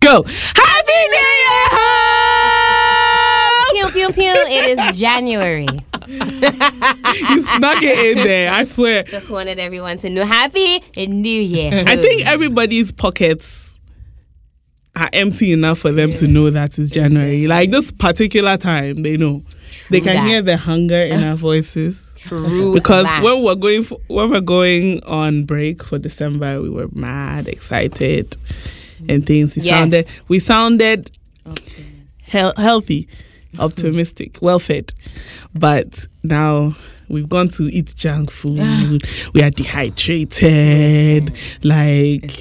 go. Happy New Year! hoes! Pew pew pew. It is January. You snuck it in there. I swear. Just wanted everyone to know happy new year. I think everybody's pockets are empty enough for them to know that it's January. Like this particular time, they know. they can that. hear the hunger in our voices. True. Because that. when we're going for, when we're going on break for December, we were mad, excited, and things. We Yes. sounded we sounded hel- healthy, optimistic, well fed, but now we've gone to eat junk food. we are dehydrated. Like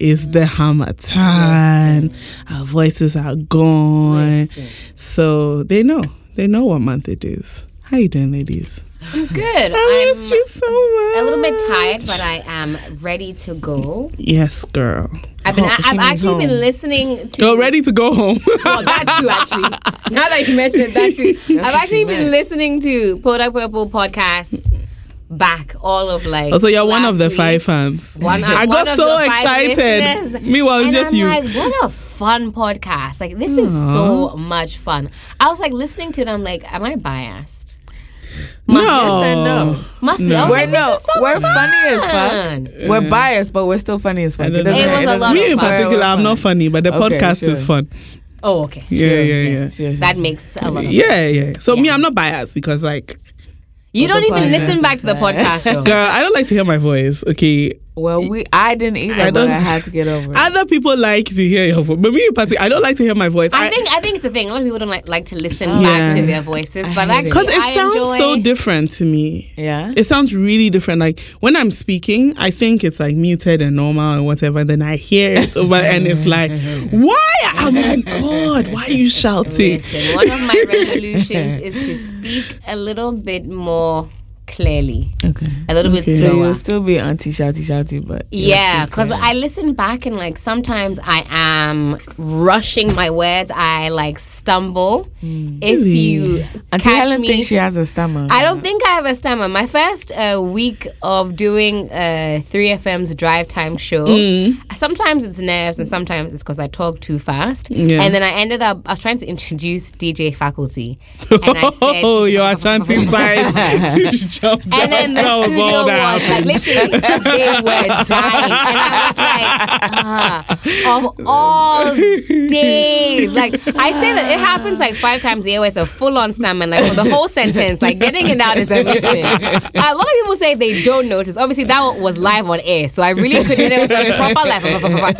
it's the hammer time. Our voices are gone, so they know. They know what month it is. How you doing, ladies? good. I I'm miss you so much. a little bit tired, but I am ready to go. Yes, girl. I've Oh, been Home- she I've means actually home. been listening to You're ready to go home. Oh, that too, actually. Now that you mentioned that too, I've actually been listening to Product Purple podcast back all of like. Oh, so you're one of the last five week. fans. One- I one got of so the five excited. listeners. Meanwhile, it's and just I'm you. Like, what a fun podcast! Like this is so much fun. I was like listening to it. I'm like, am I biased? no. and no. Must be. No. I was We're like, no, this is so we're much funny as fun. fuck. We're biased, but we're still funny as fuck. I don't know. doesn't It was a matter. lot Me of in fun. particular, I'm not funny, but the Okay, podcast sure. is fun. Oh, okay. Yeah, yeah, yeah. Yes, yes, That yes. makes a lot of. Yeah, yeah. So me, I'm not biased because like, You don't the even podcast listen back is to the fun. podcast though. girl, I don't like to hear my voice. Okay, Well, we I didn't either, I but don't- I had to get over it. other people like to hear your voice, but me in particular, I don't like to hear my voice. I think I think it's a thing. A lot of people don't like, like to listen back Yeah. to their voices, but hate it. actually, because it I sounds enjoy, so different to me. yeah. It sounds really different. Like when I'm speaking, I think it's like muted and normal and whatever. Then I hear it over, and it's like, why? Oh my god! Why are you shouting? Listen, one of my resolutions is to speak a little bit more clearly, Okay. a little bit So you'll slower. still be auntie shouty shouty, but you'll Yeah, speak because clear. I listen back and like sometimes I am rushing my words. I like stumble. If you Mm. catch Auntie Helen me, thinks she has a stammer. I don't think I have a stammer. My first uh, week of doing uh, 3FM's drive time show, Mm. sometimes it's nerves and sometimes it's because I talk too fast. Yeah. And then I ended up, I was trying to introduce DJ faculty. And I said, Oh, your Ashanti side. You jumped And then the out. That was studio all was, that like, happened. literally, they were dying. And I was like, ah, of all days. Like, I say that it happens like five times a year where it's a full on stammer, like for the whole sentence, like getting it out is a mission. A lot of people say they don't notice. Obviously, that one was live on air, so I really couldn't. It was like proper live. So, like,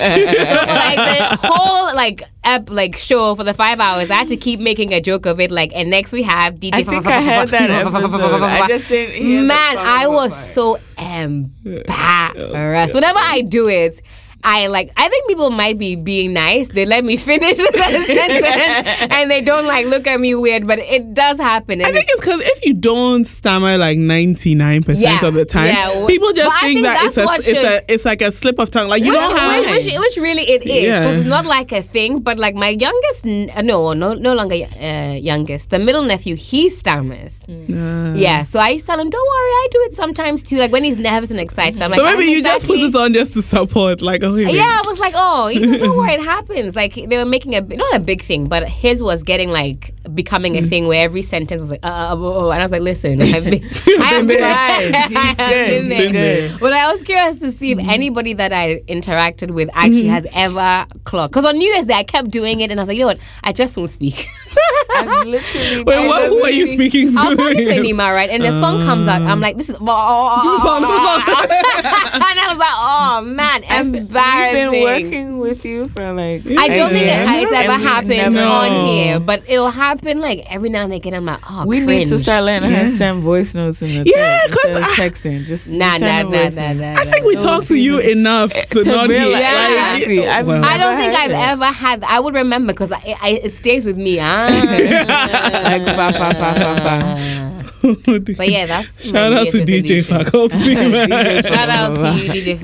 the whole, like, up like show for the five hours. I had to keep making a joke of it. Like, and next we have DJ. I think I heard that episode. I just didn't hear the Man, part I about was fire. so embarrassed. Whenever I do it, I like. I think people might be being nice. They let me finish the sentence, and they don't like look at me weird. But it does happen. and I think it's- it's because if you don't stammer like ninety nine percent Yeah, of the time, yeah, w- people just but I think, think that it's that's a what it's should- a it's like a slip of tongue. Like you which, don't have. which, which, which really it is because Yeah. it's not like a thing. But like my youngest, n- uh, no, no, no longer uh, youngest. The middle nephew, he stammers. Uh, Yeah, so I used to tell him, "Don't worry, I do it sometimes too." Like when he's nervous and excited, I'm like, so "I maybe don't you just put exactly- this on just to support. Like oh, here we Yeah, I was like, oh, you know, don't worry, it happens. Like they were making a not a big thing, but his was getting like becoming a thing where every sentence was like, uh, uh, oh, oh, and I was like, listen, I've been, I have Been been, there. He's I have good. been He's there. good. But I was curious to see if anybody that I interacted with actually has ever clocked. Because on New Year's Day, I kept doing it, and I was like, you know what, I just won't speak. I literally Wait, what, who are you speaking to? I was talking to Anima, right? And the song comes out. I'm like, this is. oh, This is on- this is on- and I was like, oh man, embarrassing. I've been working with you for like. I don't think Yeah. it has And ever we happened never- on No. here, but it'll happen like every now and again. I'm like, oh, We need to cringe. start letting her send voice notes in the Yeah, text 'cause instead of I- texting. Just Nah, send nah, her nah, voice nah, notes. nah. I think we talked to you enough to, to not hear. realize- Yeah. like, Exactly. I've well. I don't Never think heard I've it. ever had. I would remember because I, I, it stays with me. Ah. uh, like fa fa fa fa fa. but yeah, that's my Shout New out Year's to DJ resolution. Faculty. man. Shout out to you, DJ.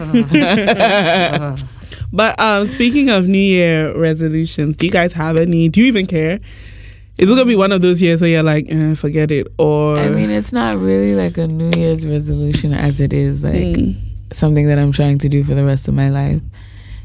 But um, speaking of New Year resolutions, do you guys have any? Do you even care? Is it gonna be one of those years where you're like, eh, forget it, or I mean, it's not really like a New Year's resolution as it is like something that I'm trying to do for the rest of my life.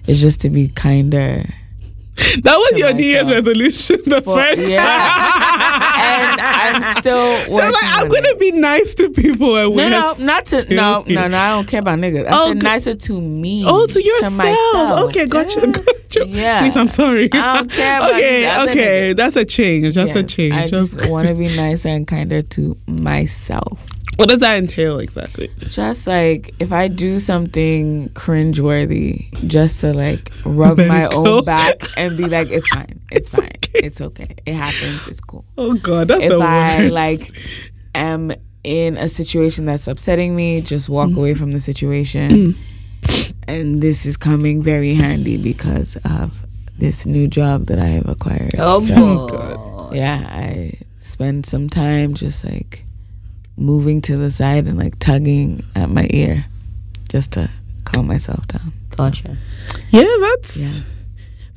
It's just to be kinder That was to your New Year's myself. resolution the But, first time. yeah. and I'm still working. You're like, I'm on gonna it. be nice to people and No, we're no, not to no, stupid. no, no. I don't care about niggas. I Oh, said good. nicer to me. Oh, to yourself. myself. okay, gotcha. gotcha. Yeah. Please, I'm sorry. I don't care about okay, these other okay. That's a change. That's a Yes, change. I just That's- want to be nicer and kinder to myself. what does that entail exactly? Just like if I do something cringeworthy, just to like rub Let my it go. own back and be like, it's fine, it's, fine, it's okay, it happens, it's cool. Oh God, that's the if I worst. like am in a situation that's upsetting me, just walk Mm. away from the situation. And this is coming very handy because of this new job that I have acquired. Oh, So, Mm. boy. yeah, I spend some time just like moving to the side and like tugging at my ear just to calm myself down. Gotcha. yeah, that's Yeah.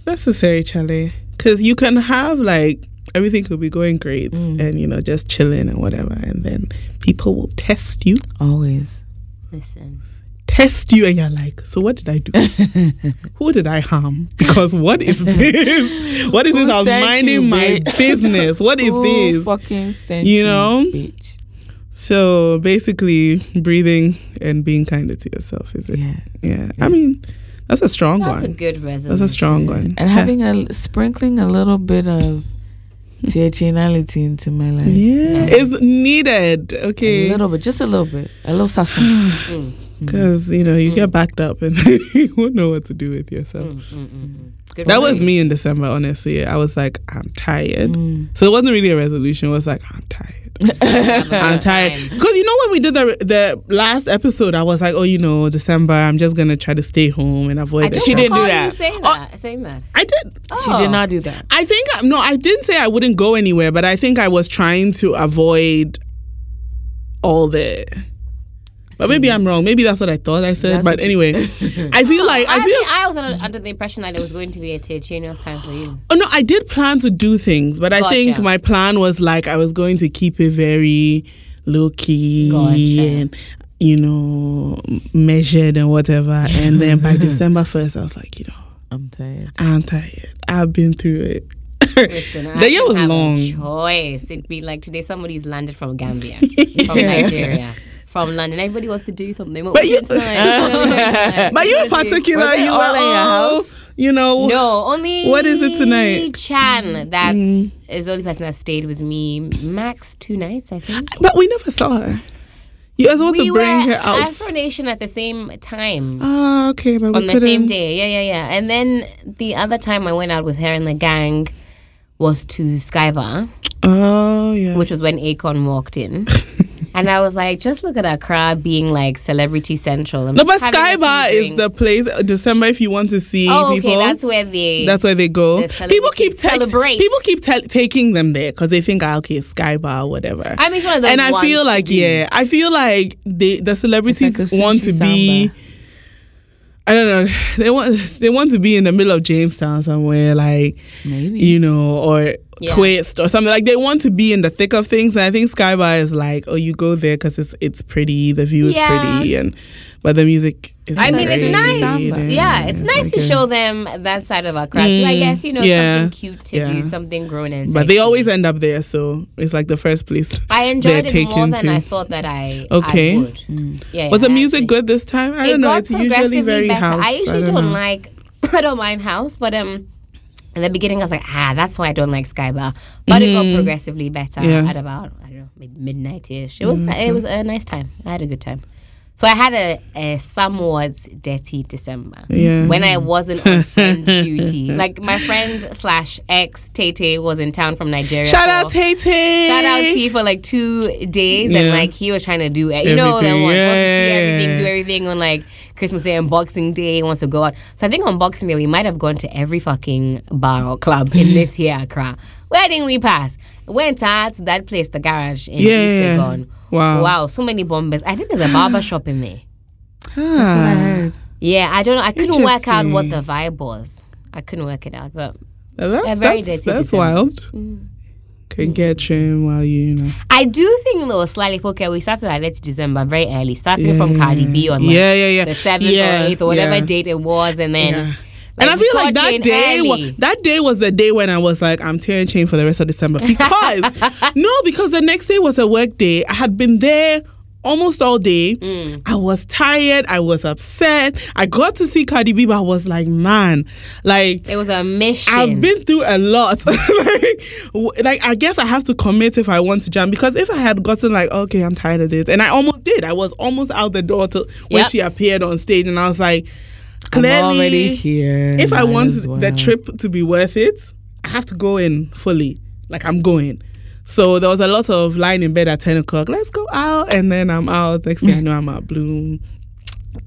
necessary, Charlie. Because you can have like everything could be going great, Mm. and you know just chilling and whatever, and then people will test you, Always. Listen. test you, and you're like, so what did I do? Who did I harm? Because what is this? What is Who this? I was sent minding you, my bitch? business. What is Who this? fucking sent You know? bitch. So basically, breathing and being kinder to yourself is it? Yeah. Yeah. I mean, that's a strong That's a one. good that's resolution. a strong one. and having a sprinkling a little bit of E theatricality into my life. yeah, it's needed. A Okay, little bit, just a little bit, a little sasha. because you know you Mm. get backed up and you won't know what to do with yourself. Good That was resolution. me in December, honestly. I was like, I'm tired. Mm. So it wasn't really a resolution. It was like, I'm tired. I'm tired. Because you know when we did the the last episode, I was like, oh, you know, December. I'm just gonna try to stay home and avoid. I it." don't She didn't do recall that. You saying that. saying that. I did. Oh. She Oh. did not do that. I think no, I didn't say I wouldn't go anywhere, but I think I was trying to avoid all the. But maybe I'm wrong. Maybe that's what I thought I said. That's but what you- anyway, I feel like I I, feel. think I was under, under the impression that it was going to be a Teachino's time for you. Oh no, I did plan to do things, but I think Gotcha. my plan was like I was going to keep it very low key Gotcha. and you know m- measured and whatever. And then by December first, I was like, you know, I'm tired. I'm tired. I've been through it. Listen, I The year didn't was have a long. choice. It'd be like today somebody's landed from Gambia, from Nigeria, from London. Everybody wants to do something. What But we you- doing tonight? What we doing tonight? but you in What we doing? particular, they you all were in your all, house? you know, No, only What is it tonight? Chan. That's is the only person that stayed with me. Max two nights, I think. But we never saw her. You guys want to bring were her out. Afro Nation at the same time. Ah, okay, but we on the couldn't- same day. Yeah, yeah, yeah. And then the other time I went out with her and the gang was to Skybar, Oh yeah. which was when Akon walked in. and I was like, just look at Accra being like celebrity central. I'm No, but just having a Skybar few is the drinks. place. uh, December, if you want to see Oh, okay. people, That's where the that's where they go. the celebrities People keep te- celebrate. people keep te- taking them there because they think, ah, okay, Skybar, or whatever. I mean, it's one of those. and I ones feel to like, do. yeah, I feel like they, the celebrities It's like a want to sushi be. samba. I don't know. They want they want to be in the middle of Jamestown somewhere, like Maybe. you know, or Yeah. twist or something. Like they want to be in the thick of things. And I think Skybar is like, oh, you go there because it's it's pretty, the view is Yeah. pretty, and but the music. is I mean, it's great, nice. and Yeah, it's nice to like a- show them that side of Accra. too. I Mm, guess you know yeah, something cute to yeah. do, something grown and. But they sexy. always end up there, so it's like the first place. I enjoyed they're it more taken than to. I thought that I Okay. I would. Yeah, yeah, Was the I music actually- good this time? I it don't know. got It's usually very better. house. I usually don't don't, know. like. I don't mind house, but um, in the beginning I was like, ah, that's why I don't like Skybar. But it got progressively better Mm. Yeah. Mm, at about I don't know maybe midnight ish. It was it was a nice time. I had a good time. So I had a, a somewhat dirty December Yeah. when I wasn't on friend duty. Like my friend slash ex Tete was in town from Nigeria. Shout for- out Tay Tay. Shout out T for like two days, Yeah. and like he was trying to do, it. you know, that Everything, one wants to yeah, see yeah, yeah. everything, do everything on like Christmas Day and Boxing Day. He wants to go out. So I think on Boxing Day we might have gone to every fucking bar or club in this here Accra. Where didn't we pass? Went out to that place, the garage in Yeah, East yeah, yeah. Legon. Wow. wow, so many bombers. I think there's a barber shop in there. That's what I Ah, heard. Yeah, I don't know. I couldn't work out what Interesting. the vibe was. I couldn't work it out, but that's, Yeah, very that's, dirty Mm. that's December. wild. Can get trim while you, you know. I do think though, slightly poker. We started at late December, very early, starting from Yeah. Cardi B on like, Yeah, yeah, yeah. the seventh Yeah, or eighth or whatever yeah. date it was, and then Yeah. and Like, I feel we like got you that in day, early. was, that day was the day when I was like, I'm tearing chain for the rest of December because no, because the next day was a work day. I had been there almost all day. Mm. I was tired. I was upset. I got to see Cardi B, but I was like, man, like it was a mission. I've been through a lot. like, w- like, I guess I have to commit if I want to jam because if I had gotten like, okay, I'm tired of this, and I almost did. I was almost out the door to when Yep. she appeared on stage, and I was like, I'm clearly, already here. if I might want as well. the trip to be worth it, I have to go in fully. Like I'm going. So there was a lot of lying in bed at ten o'clock. Let's go out, and then I'm out. Next thing I know, I'm at Bloom.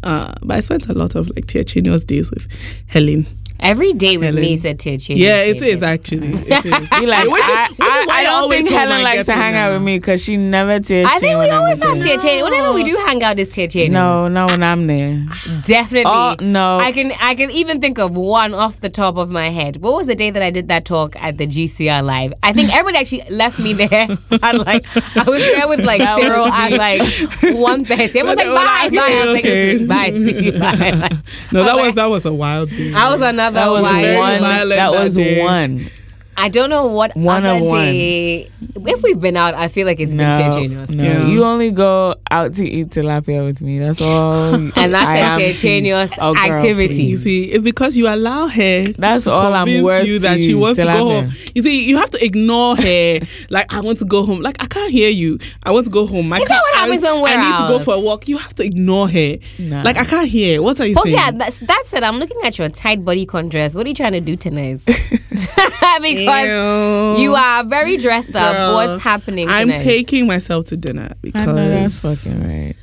Uh, but I spent a lot of like Tiachino's days with Helen. Every day with Helen. me said tear cheating. Yeah, it is actually. It is. Be like, Which is- I, which is why I- I I don't always think hold Helen my likes to guessing hang out now. with me because she never E tears. I think shame we when I'm always with have E her. tear cheating. Whenever we do hang out, it's tear cheating. No, no, when I'm there. Definitely. Oh, no. I can I can even think of one off the top of my head. What was the day that I did that talk at the GCR live? I think everybody actually left me there. I like I was there with like That Cyril was at me. like one thirty. It was like They were bye, like, bye. I was like, okay. "Listen, bye, see you, bye. Like, No, I that was like- that was a wild day. I was another That was wild- Very one. violent That that was day. one. I don't know what One other of one. day. If we've been out, I feel like it's been tear No, cheating. no. Yeah. You only go out to eat tilapia with me. That's all. And I am that's to a you. tenuous Oh, girl, activity. You see, it's because you allow her. That's to all I'm convince worth you to that she you, wants to go Tilapia. home. You see, you have to ignore her. like I want to go home. Like I can't hear you. I want to go home. I Is that can't- what happens I, when we're I need to go out? for a walk. You have to ignore her. Nah. Like I can't hear. What are you Oh saying? yeah, that's that said, I'm looking at your tight bodycon dress. What are you trying to do tonight? because Ew. you are very dressed up. Girl, What's happening? I'm tonight? taking myself to dinner I know that's because fucking right.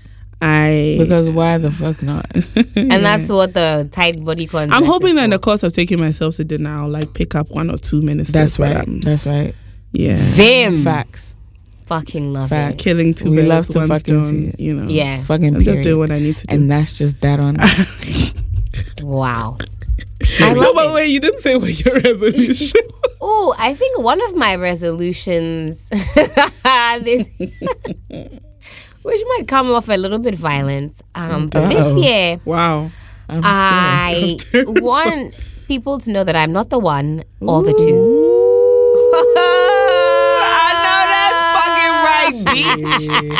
I. Because why the fuck not? and that's what the tight bodycon. I'm dress hoping is that in the for. course of taking myself to dinner, I'll like pick up one or two minutes. That's but, right. um, That's right. yeah. Vim Facts. fucking love Fact. it. Killing two We birds love with to one fucking stone, see it. You know. Yeah. Fucking I'm just period. doing what I need to do. and that's just that on. Wow. I love no, but it. wait, you didn't say what your resolution. Oh, I think one of my resolutions this which might come off a little bit violent. Um but this Uh-oh. year wow. I'm I want people to know that I'm not the one or the two. I know that's fucking right,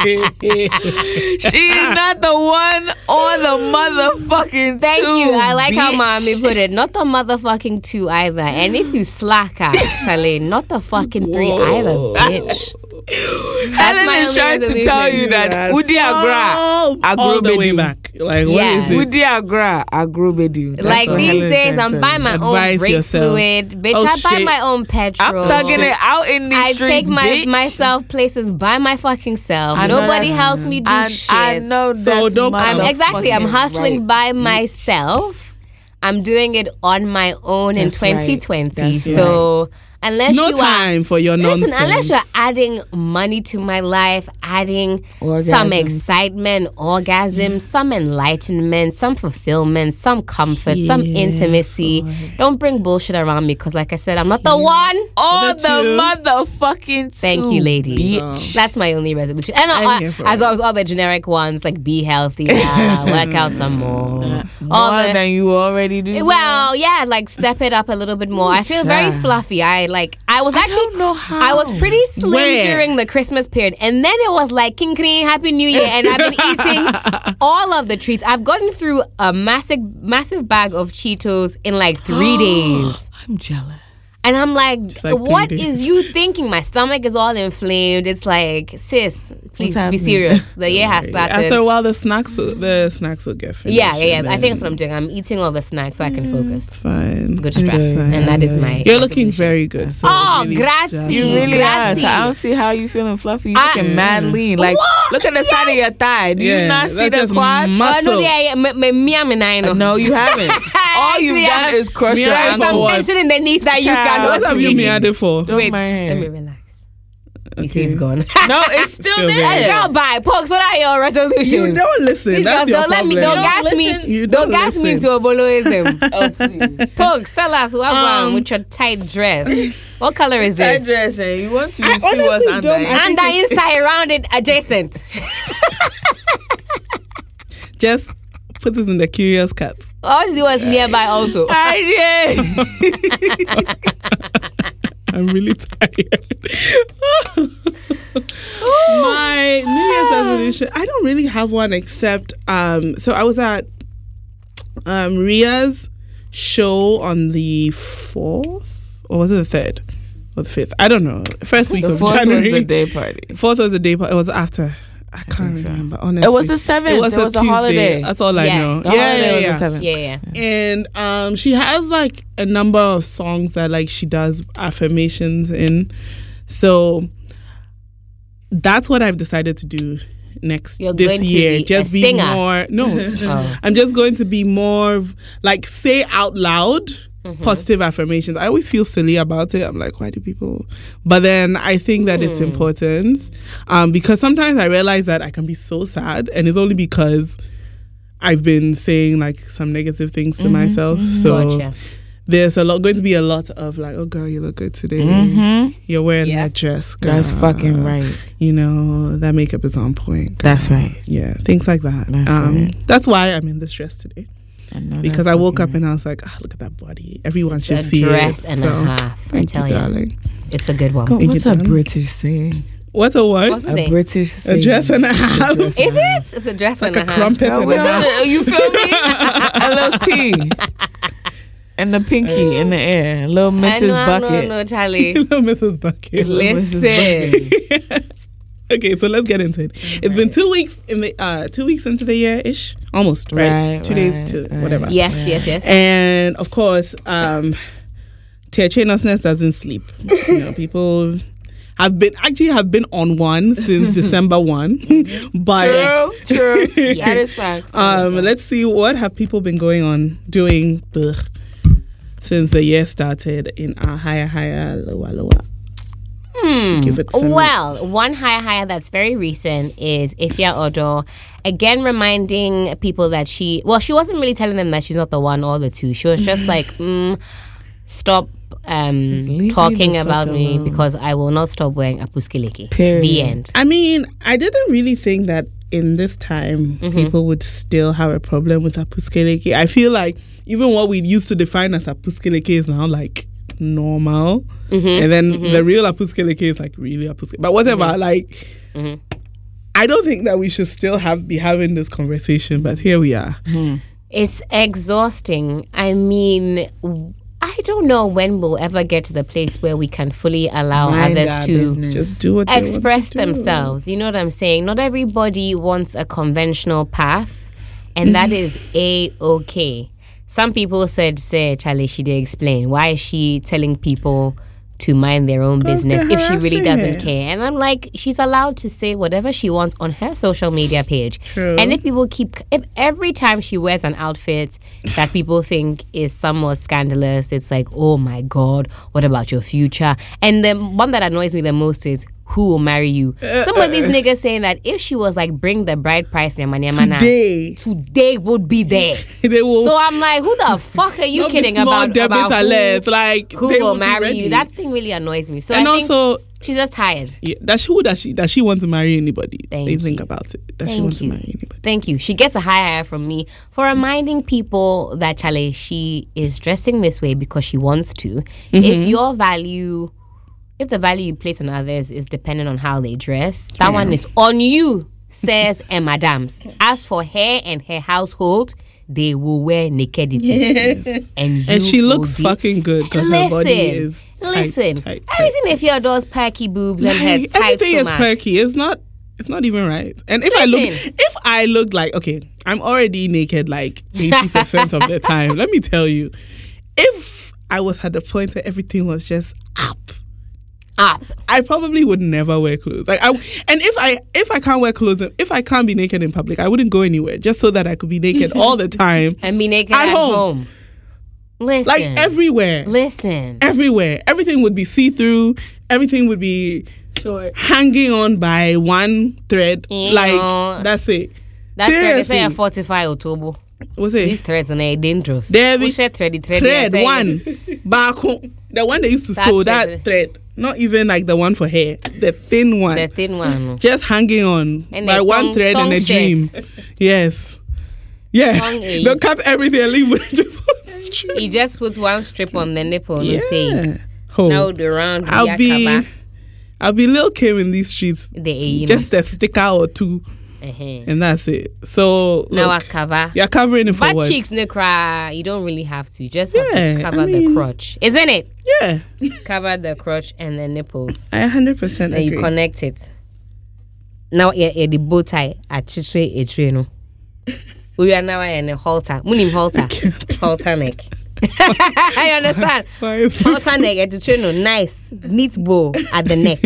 bitch. She's not the one or the motherfucking Thank two, you. I like how bitch. mommy put it. Not the motherfucking two either. And if you slack, actually, not the fucking three Whoa. either, bitch. That's Helen my is only trying to resolution. tell you that That's Udi Agra, all, I grew all the way up with you. back. Like, Yeah. what is Udi Agra, Agrubedu. That's Like what these Helen is days, trying I'm to buying my own Advise brake yourself. fluid, bitch. Oh, I buy shit. my own petrol. I'm thugging it out in these I streets, take my bitch. myself places by my fucking self. I know Nobody that's- helps me do And shit. I know that's So don't come. I'm exactly. I'm motherfucking hustling by right. myself. I'm doing it on my own That's in right. 2020. That's so unless it? No you are time for your listen, nonsense. unless you're adding money to my life, adding some Orgasms. excitement, orgasm, some enlightenment, some fulfillment, some comfort, some Yeah, intimacy. Don't bring bullshit around me, cause like I said, I'm not the one. All the The two. motherfucking Thank two, you, ladies. Bitch. That's my only resolution. And I'm uh, here for as it. always, all the generic ones like be healthy, uh, work out some more. all More the- than you already do. well, yeah, like step it up a little bit more. I feel very child. fluffy. I like I was actually don't know I was how. pretty slim Where? during the Christmas period. And then it was like King Kring, Happy New Year, and I've been eating all of the treats. I've gotten through a massive massive bag of Cheetos in like three days. I'm jealous. And I'm like, like three what days. is you thinking? My stomach is all inflamed. It's like, sis, please be happening? serious. The year has started. After a while, the snacks, will- the snacks will get finished. yeah, yeah, and yeah. I think that's then what I'm doing. I'm eating all the snacks so I can focus. It's fine. Good strap. And that is my You're looking very good. So Oh, really grazie. just- You really Grazie. are. So I don't see how you feeling fluffy. You I- looking mad lean. Like What? look at the side of your thigh. Do Mm. Yeah, you not see that's the just quads? muscle. Oh, no, yeah, yeah. Me, me, me, I'm a nine. oh. no, you haven't. All Actually, you've done I'm- is crush Me, your I'm There is some Oh, ankle. what? tension in the knees that you Child. cannot. What have you see. meated for? Don't Wait, mind let me him. relax. You see, it's gone. No, it's still Still there. Girl, bye. Pokes, what are your resolutions? You don't listen. Please, That's girls, your don't let me, problem. don't gas me, You don't, gas me into listen. a boloism. Oh, please. Folks, tell us what Um, one with your tight dress. What color is That this? dress, eh? You want to I see what's honestly under don't- it? I- And think the inside rounded adjacent. Just Put us in the curious cat. Ozzy was nearby also. I'm really tired. My New Year's resolution. I don't really have one except um so I was at um Ria's show on the fourth or was it the third? Or the fifth? I don't know. First week The of fourth January. was the day party. Fourth was the day, but it was after. I can't so. remember. Honestly, It was the seventh. It was, a a, Tuesday. holiday. That's all I Yes. know. The holiday was the seventh. yeah, yeah. And um, she has like a number of songs that like she does affirmations in. So that's what I've decided to do next You're this going to year. be just a be singer. more. No, I'm just going to be more of- like say out loud. Mm-hmm. Positive affirmations. I always feel silly about it. I'm like, why do people? But then I think that Hmm. it's important um, because sometimes I realize that I can be so sad, and it's only because I've been saying like some negative things to myself. So Mm-hmm, Gotcha. there's a lot going to be a lot of like, oh girl, you look good today. You're wearing Mm-hmm. Yeah. that dress. Girl. That's fucking right. You know that makeup is on point. girl." That's right. Yeah, things like that. That's um, right. that's why I'm in this dress today because I woke up and I was like, ah, look at that body. Everyone should A see dress it. and So, a half. I thank tell you, you, darling. it's a good one. God, Thank what's you, a darling. British saying? What a word! Wasn't A it? British saying. A dress and a half. dress It's Is it? It's a dress like a and a half. crumpet Girl, and we a half. don't- you feel me? a little T. And the pinky in the air. Little I Mrs. know, I know, Bucket. No, Charlie. Hello, Mrs. Bucket. Listen. okay, so let's get into it. It's been two weeks in the uh two weeks into the year ish, almost right. Right, two right, days to right. whatever. Yes, yes, yes. And of course, um, tearchainousness doesn't sleep. You know, people have been actually have been on one since December one, but. Mhm. True, true. That is facts. Um, let's see what have people been going on doing blech, since the year started in our higher, higher, lower, lower. Hmm. Give it some- Well, one higher higher that's very recent is Ifya Odo. Again, reminding people that she, well, she wasn't really telling them that she's not the one or the two. She was just like, mm, stop leave me um, the talking fuck about me alone. because I will not stop wearing apuskiliki. Period. The end. I mean, I didn't really think that in this time Mm-hmm. people would still have a problem with apuskeleke. I feel like even what we used to define as apuskeleke is now like normal, Mm-hmm. and then the real apuskeleke is like really apuskeleke. But whatever, like. Mm-hmm. I don't think that we should still have be having this conversation, but here we are. Mm-hmm. It's exhausting. I mean, w- I don't know when we'll ever get to the place where we can fully allow others to. Just do what they want to express do. themselves. You know what I'm saying? Not everybody wants a conventional path, and that is a okay. Some people said, "Say, Charlie, she did explain why is she telling people to mind their own business they're if she really harassing doesn't her. care?" And I'm like, she's allowed to say whatever she wants on her social media page. True. And if people keep, if every time she wears an outfit that people think is somewhat scandalous, it's like, oh my God, what about your future? And the one that annoys me the most is, who will marry you? Uh, Some of these niggas saying that if she was like, bring the bride price, nyama, nyama, na, Today, today would be there. they will. So I'm like, who the fuck are you not be kidding small about, debits about are who, left. Like who they will be marry ready. you? That thing really annoys me. So and I think also she's just tired. yeah, that she would that she that she wants to marry anybody. Thank they think you. about it. That she Thank wants you. to marry anybody. Thank you. She gets a high high from me for reminding people that Chale, she is dressing this way because she wants to. Mm-hmm. If your value, if the value you place on others is dependent on how they dress, that one is on you, says and madams. As for her and her household, they will wear nakedity. And, you And she will looks be- fucking good because her body Listen, is tight, listen. tight, tight. Everything if your does perky boobs and her Like, tight everything is stomach. perky. It's not. It's not even right. And if I look, Listen. if I look like okay, I'm already naked like eighty percent of the time. Let me tell you, if I was at the point where everything was just up, up. I probably would never wear clothes. Like I and if I if I can't wear clothes, if I can't be naked in public, I wouldn't go anywhere just so that I could be naked all the time, and be naked At at, home. home. Listen, like everywhere, listen. everywhere. Everything would be see through. Everything would be Short. hanging on by one thread. You like know, that's it. That thread they Seriously, say a fortify Otobo. was it These threads are dangerous. There we- Who share thread, the thread, thread they are one saying- back home? The one they used to That sew thread. that thread, not even like the one for hair, the thin one. The thin one. just hanging on And by a one tongue- thread and tongue a shirt. dream. Yes. Yeah. Long A. They'll cut everything and leave with just one strip. He just puts one strip on the nipple and say, Yeah. Ho. now the round I'll be yakaba, I'll be Lil Kim in these streets. the aim. Just a sticker or two uh-huh. and that's it. So Now I look, cover. you're covering it for Butt what? cheeks, no cry. You don't really have to. You just have to Yeah, cover I the mean- crotch, isn't it? Yeah. Cover the crotch and the nipples. I 100% Then agree. you connect it. Now yeah, yeah, the bow tie at chitre etre no. We are now in a halter. Munim halter. can't. Halter neck. I understand. Why is- Halter neck at the no. Nice. Neat bow at the neck.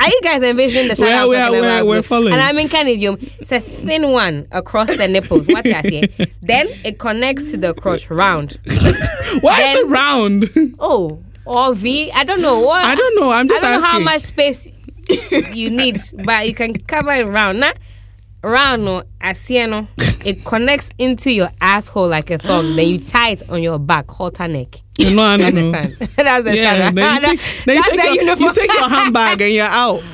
Are you guys envisioning the shadow I'm We're- talking we're- we're- about? we're following. And I mean kind of yum. It's a thin one across the nipples. What I say? Then it connects to the crotch round. Why is Then- it round? Oh, or V. I don't know. What, I don't know. I'm I just don't know how asking. much space you need, but you can cover it round. Now, round no, asiano, it connects into your asshole like a thumb. then you tie it on your back, halter neck. no, I You don't know. understand? That's the Mm-hmm. Yeah, shadow. then you take, then you That's take the your, uniform. you take your handbag and you're out.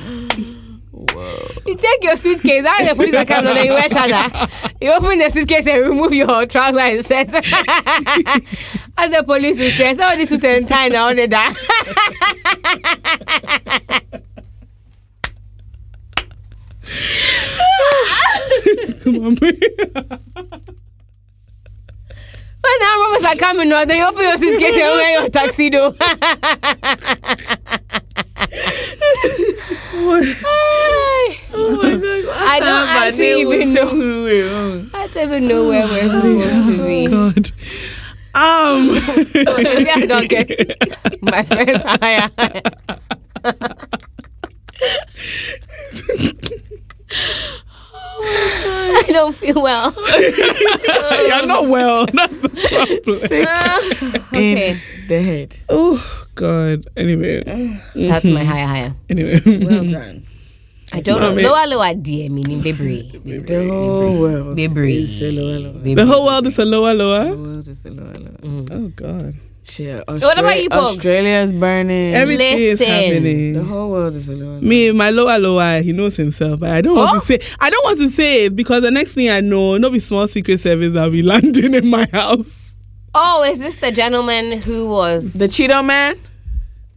Oh You take your suitcase out of the police account and then you wear shada. You open the suitcase and remove your trousers and shirt. As the police will say, all this suit and tie now on the da." Come on, man. When the robbers are coming out, then you open your suitcase and wear your tuxedo. Ay, Oh my god. I don't actually even know. know. I don't even know where we're supposed to be. God. Um. Maybe I don't get my friends higher. Oh I don't feel well. you're not well. That's the problem. Sick okay, in the head. Oh God. Anyway. Mm-hmm. that's my higher higher. Anyway. Well done. I don't know. Lower lower dear meaning baby. The whole world. Baby. is a lower, lower. the whole world is a lower, lower. The world is a lower, lower. Oh God. Shit, about Austra- you folks? Australia's burning. Everything is Listen. the happening. whole world is a lower. lower. Me, my lower lower, he knows himself, but I don't want Oh. to say. I don't want to say it because the next thing I know, no be small secret service. I'll be landing in my house. Oh, is this the gentleman who was The Cheeto man.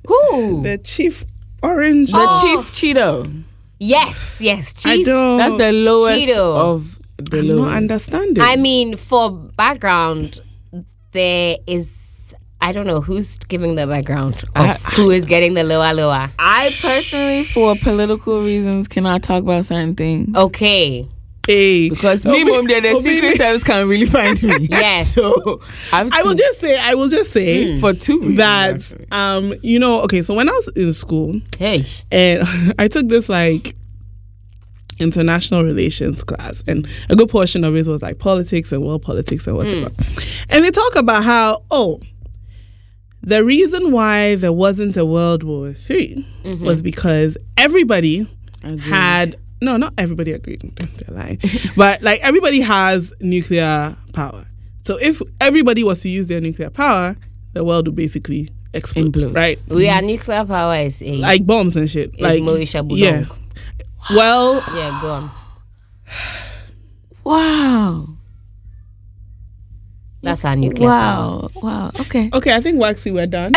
who? The chief orange. The Oh. Chief Cheeto. yes, yes, I chief. don't. That's the lowest Cheeto. of the I'm lowest. not understanding. I mean, for background, there is I don't know who's giving the background of I- who is getting the lower lower. I personally, for political reasons, cannot talk about certain things. Okay. hey, Because me, Obi- mom, there, the Obi- Secret Service can't really find me. Yes. So I'm I will too- just say. I will just say for two reasons. that. actually. Um, you know, okay. So when I was in school, Hey. and I took this like international relations class, and a good portion of it was like politics and world politics and whatever. And they talk about how oh, the reason why there wasn't a World War 3 was because everybody had no, not everybody agreed. They're lying, but like everybody has nuclear power. So if everybody was to use their nuclear power, the world would basically explode, Implode. right? We are nuclear power is a like bombs and shit. like Moesha Budong. yeah. Well, yeah, go on. Wow. That's our nuclear power. Wow. Wow. Okay. okay, I think Waxy, we're done.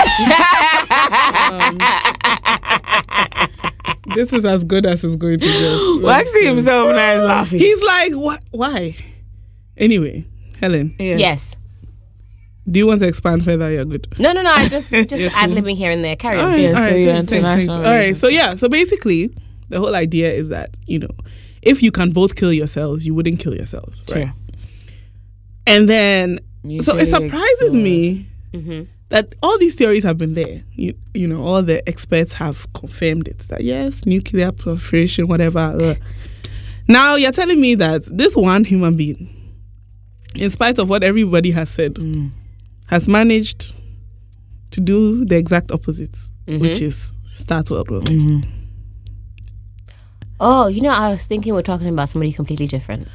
Um, this is as good as it's going to get. Waxy himself now is laughing. He's like, what? Why? Anyway, Helen, Yeah. Yes. do you want to expand further? You're good. No, no, no. I just just ad libbing here and there. Carry on. Yeah, so you're thanks, thanks, thanks. international All right, so yeah, so basically, the whole idea is that you know, if you can both kill yourselves, you wouldn't kill yourselves, right? Sure. And then, so it Nuclear surprises me that all these theories have been there. You, you know, all the experts have confirmed it that yes, nuclear proliferation, whatever. uh. Now you're telling me that this one human being, in spite of what everybody has said, has managed to do the exact opposite, which is start World War. Three. Oh, you know, I was thinking we're talking about somebody completely different.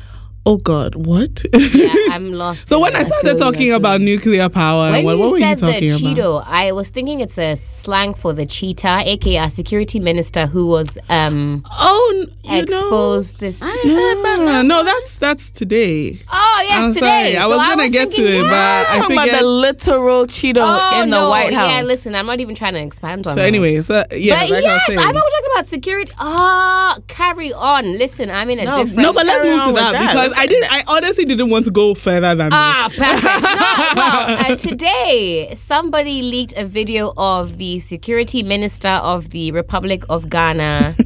oh God, what? Yeah, I'm lost. so in when it. I started feel you, I talking feel about nuclear power, when and what, you what were you said talking the about? Cheeto, I was thinking it's a slang for the cheetah, aka our security minister who was um Oh, n- you know. exposed this. No, no, that's that's today. Oh yes, I'm today. sorry. I So was gonna get to thinking, it, yeah. but I talking about forget. the literal Cheeto Oh, in the no. White House. Yeah, listen, I'm not even trying to expand on So that. anyway, so yeah, But like yes, I was I saying. thought we were talking about security. Ah, carry on. Listen, I'm in a No, different. no, but let's Carry move on to with that, that. because I didn't. I honestly didn't want to go further than Ah, perfect. No, well, uh, today somebody leaked a video of the security minister of the Republic of Ghana.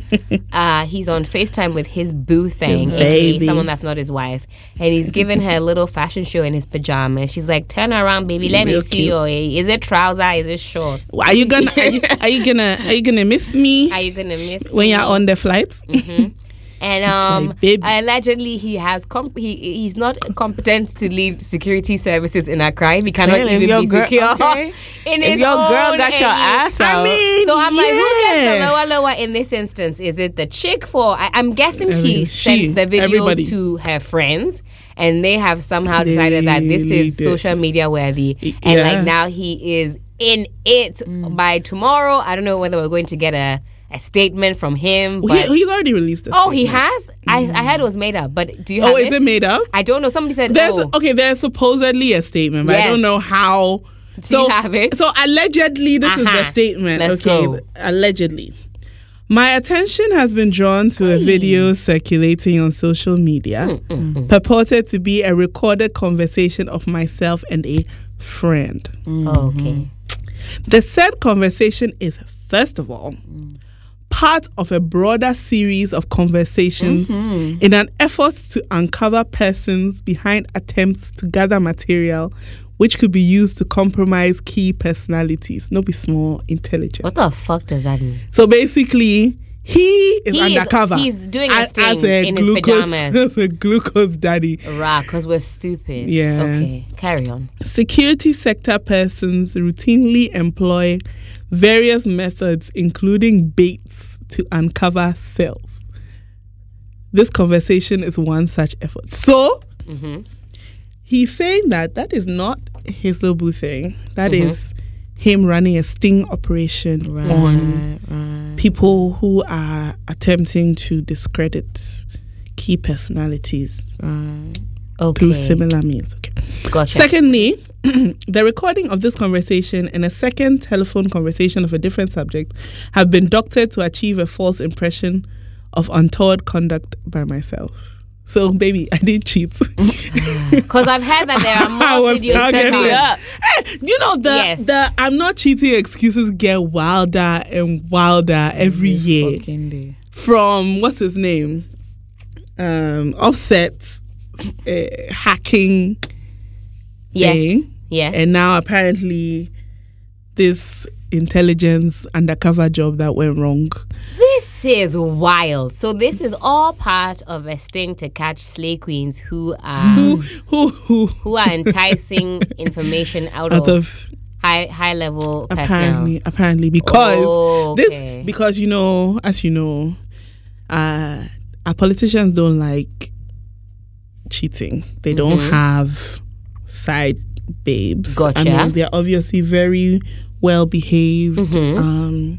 uh, he's on FaceTime with his boo thing, aka baby. someone that's not his wife, and he's giving her a little fashion show in his pajamas. She's like, "Turn around, baby. Let me Real see cute. your. eh, Is it trouser? Is it shorts? this. Are you gonna? Are you, are you gonna? Are you gonna miss me Are you gonna miss when me?" Mm-hmm. you're on the flight? And um, like, baby. allegedly he has com- he he's not competent to lead security services in Accra. He cannot Clearly, if even your be girl- secure. okay. in if his your girl own got your area. ass out, So I'm like, who gets the yeah. lower lower in this instance? Is it the chick for? I, I'm guessing she, Every- she, sends the video everybody. to her friends, and they have somehow decided that this is Deleted. social media worthy, Y- and yeah. like now he is in it by tomorrow. I don't know whether we're going to get a, a statement from him. He- But he's already released this. Oh, he has. I, I heard it was made up, but do you have Oh, is it made up? I don't know. Somebody said, There's "Oh, okay. There's supposedly a statement, but I Yes. don't know how. so you have it? so allegedly, this is the Aha. statement. Let's okay, go. allegedly. My attention has been drawn to a video circulating on social media Mm, purported to be a recorded conversation of myself and a friend. oh, okay, The said conversation is, first of all, part of a broader series of conversations Mm-hmm. in an effort to uncover persons behind attempts to gather material which could be used to compromise key personalities. No be small, intelligent. what the fuck does that mean?" So basically, he is He is- undercover. he's doing a as, sting as a in his glucose, pajamas. as a glucose daddy. Rah, because we're stupid. Yeah. Okay, carry on. Security sector persons routinely employ various methods, including baits, to uncover cells. This conversation is one such effort. So, he's saying that that is not his Obu thing. That is him running a sting operation on people who are attempting to discredit key personalities Okay, through similar means. Okay. gotcha. Secondly, the recording of this conversation and a second telephone conversation of a different subject have been doctored to achieve a false impression of untoward conduct by myself. So, baby, I did cheat. Because I've heard that there are I more was videos. targeted. than that. Yeah. Eh, you know the Yes. the I'm not cheating excuses get wilder and wilder every Mm-hmm. year Fucking day. from what's his name, um, Offset uh, hacking Yes. thing. Yes. And now apparently this intelligence undercover job that went wrong. This is wild. So this is all part of a sting to catch slay queens who are Who who who who are enticing information out, out of, of high high level personnel. apparently apparently because Oh, okay. this because you know as you know uh our politicians don't like cheating. They don't have side babes. I Mm-hmm. Gotcha. mean they're obviously very well behaved Mm-hmm. um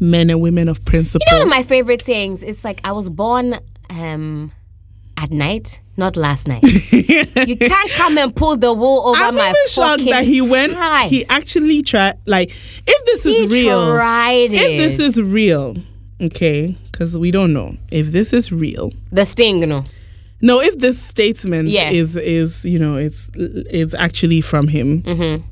men and women of principle. one of my favorite sayings it's like i was born um at night not last night you can't come and pull the wool over I'm my even shocked fucking that he went. eyes. He actually tried. Like, if this is He real, tried it if this is real, okay, because we don't know if this is real. the sting you know No, if this statement Yes. is is you know it's it's actually from him. Mm-hmm.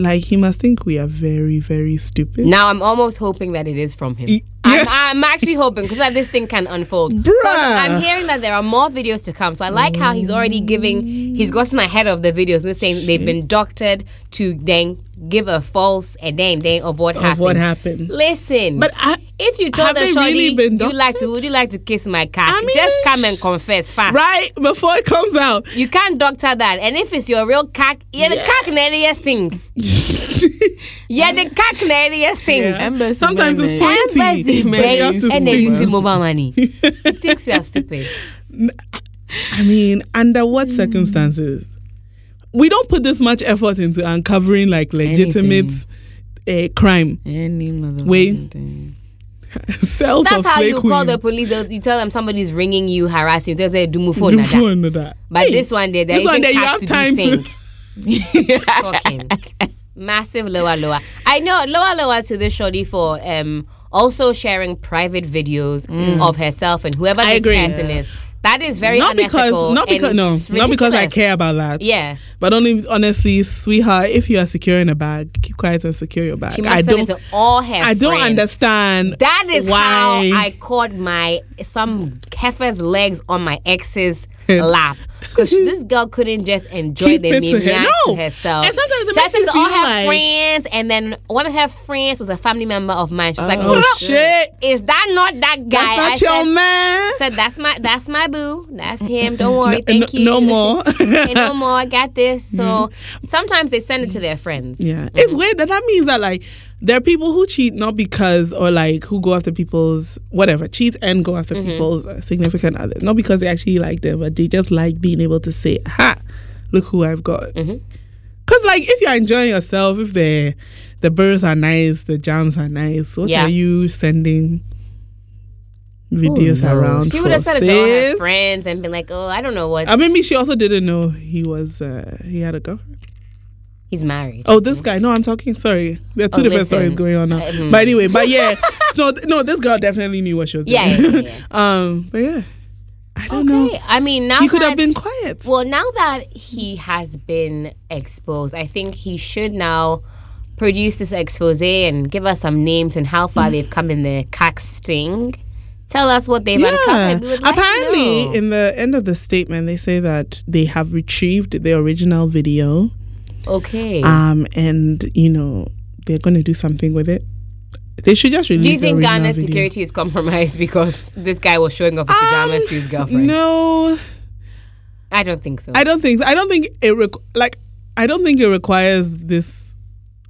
Like he must think we are very very stupid. now i'm almost hoping that it is from him Y- yes. I'm, I'm actually hoping because this thing can unfold 'Cause Bruh. i'm hearing that there are more videos to come so i like how he's already giving he's gotten ahead of the videos and saying they've been doctored to then give a false and then then of what Of happened what happened? listen But I, If you told Have the they shorty, really been you like to, would you like to kiss my cock? I mean, just come and sh- confess fast. right before it comes out, You can't doctor that. And if it's your real cock, you're the cock nerdiest thing. You're the cock nerdiest thing. Yeah. Embassy sometimes man, it's pointy. Embassy but you bank, have to and they stick use with- mobile money. He thinks we are stupid. I mean, under what Hmm. circumstances? We don't put this much effort into uncovering like legitimate uh, crime. Any motherfucking Wait. thing. Cells of That's how slay you call the queens. police. They'll- You tell them somebody's ringing you, harassing you. They'll say, do move Do phone. for Nada. another. But Hey, this one there, there this one isn't there, you cap have to time to. this thing. Fucking massive lower lower. I know lower lower to this shorty for um also sharing private videos of herself and whoever Mm. I this agree. person is. That is very Not because, unethical not and because, no, it's not because I ridiculous. care about that. Yes, But only honestly, sweetheart, if you are securing a bag, keep quiet and secure your bag. she I must send don't, it to all her. I don't friends. understand. That is why. how I caught my some heifer's legs on my ex's lap. Cause she- this girl couldn't just enjoy Keep the it to her- mimic No. to herself. And sometimes it She makes sent you to all feel her like- friends, and then one of her friends was a family member of mine. She was like, Oh, "Bro, shit. is that not that guy?" That's I not said, your man. said, "That's my that's my boo. That's him. Don't worry. no, Thank you. no more. Mm-hmm. Hey, no more. I got this." So sometimes they send it to their friends. Yeah, it's Mm-hmm. weird that that means that like there are people who cheat not because or like who go after people's whatever cheat and go after Mm-hmm. people's uh, significant others not because they actually like them but they just like being able to say ha look who I've got because Mm-hmm. like if you're enjoying yourself if the the birds are nice the jams are nice what Yeah. are you sending videos knows? around She for would have said it to all her sis? friends and been like, "Oh, I don't know what." I mean me she also didn't know he was uh, he had a girlfriend. he's married. Oh, this guy. No, I'm talking. Sorry, there are two Oh, different listen. stories going on now. Mhm. But anyway, but yeah, no, th- no, this girl definitely knew what she was doing. Yeah, yeah, yeah, um, but yeah, I don't know. Okay. I mean, now Oh, He could that, have been quiet. Well, now that he has been exposed, I think he should now produce this expose and give us some names and how far they've come in the cack sting. Tell us what they've Yeah. uncovered. We would like to Apparently, know. in the end of the statement, they say that they have retrieved the original video, okay. um, and you know they're going to do something with it. They should just release. Do you think the original Ghana's video. security is compromised because this guy was showing off his pajamas to his girlfriend? Um, No, I don't think so. I don't think. I don't think it requ- like. I don't think it requires this,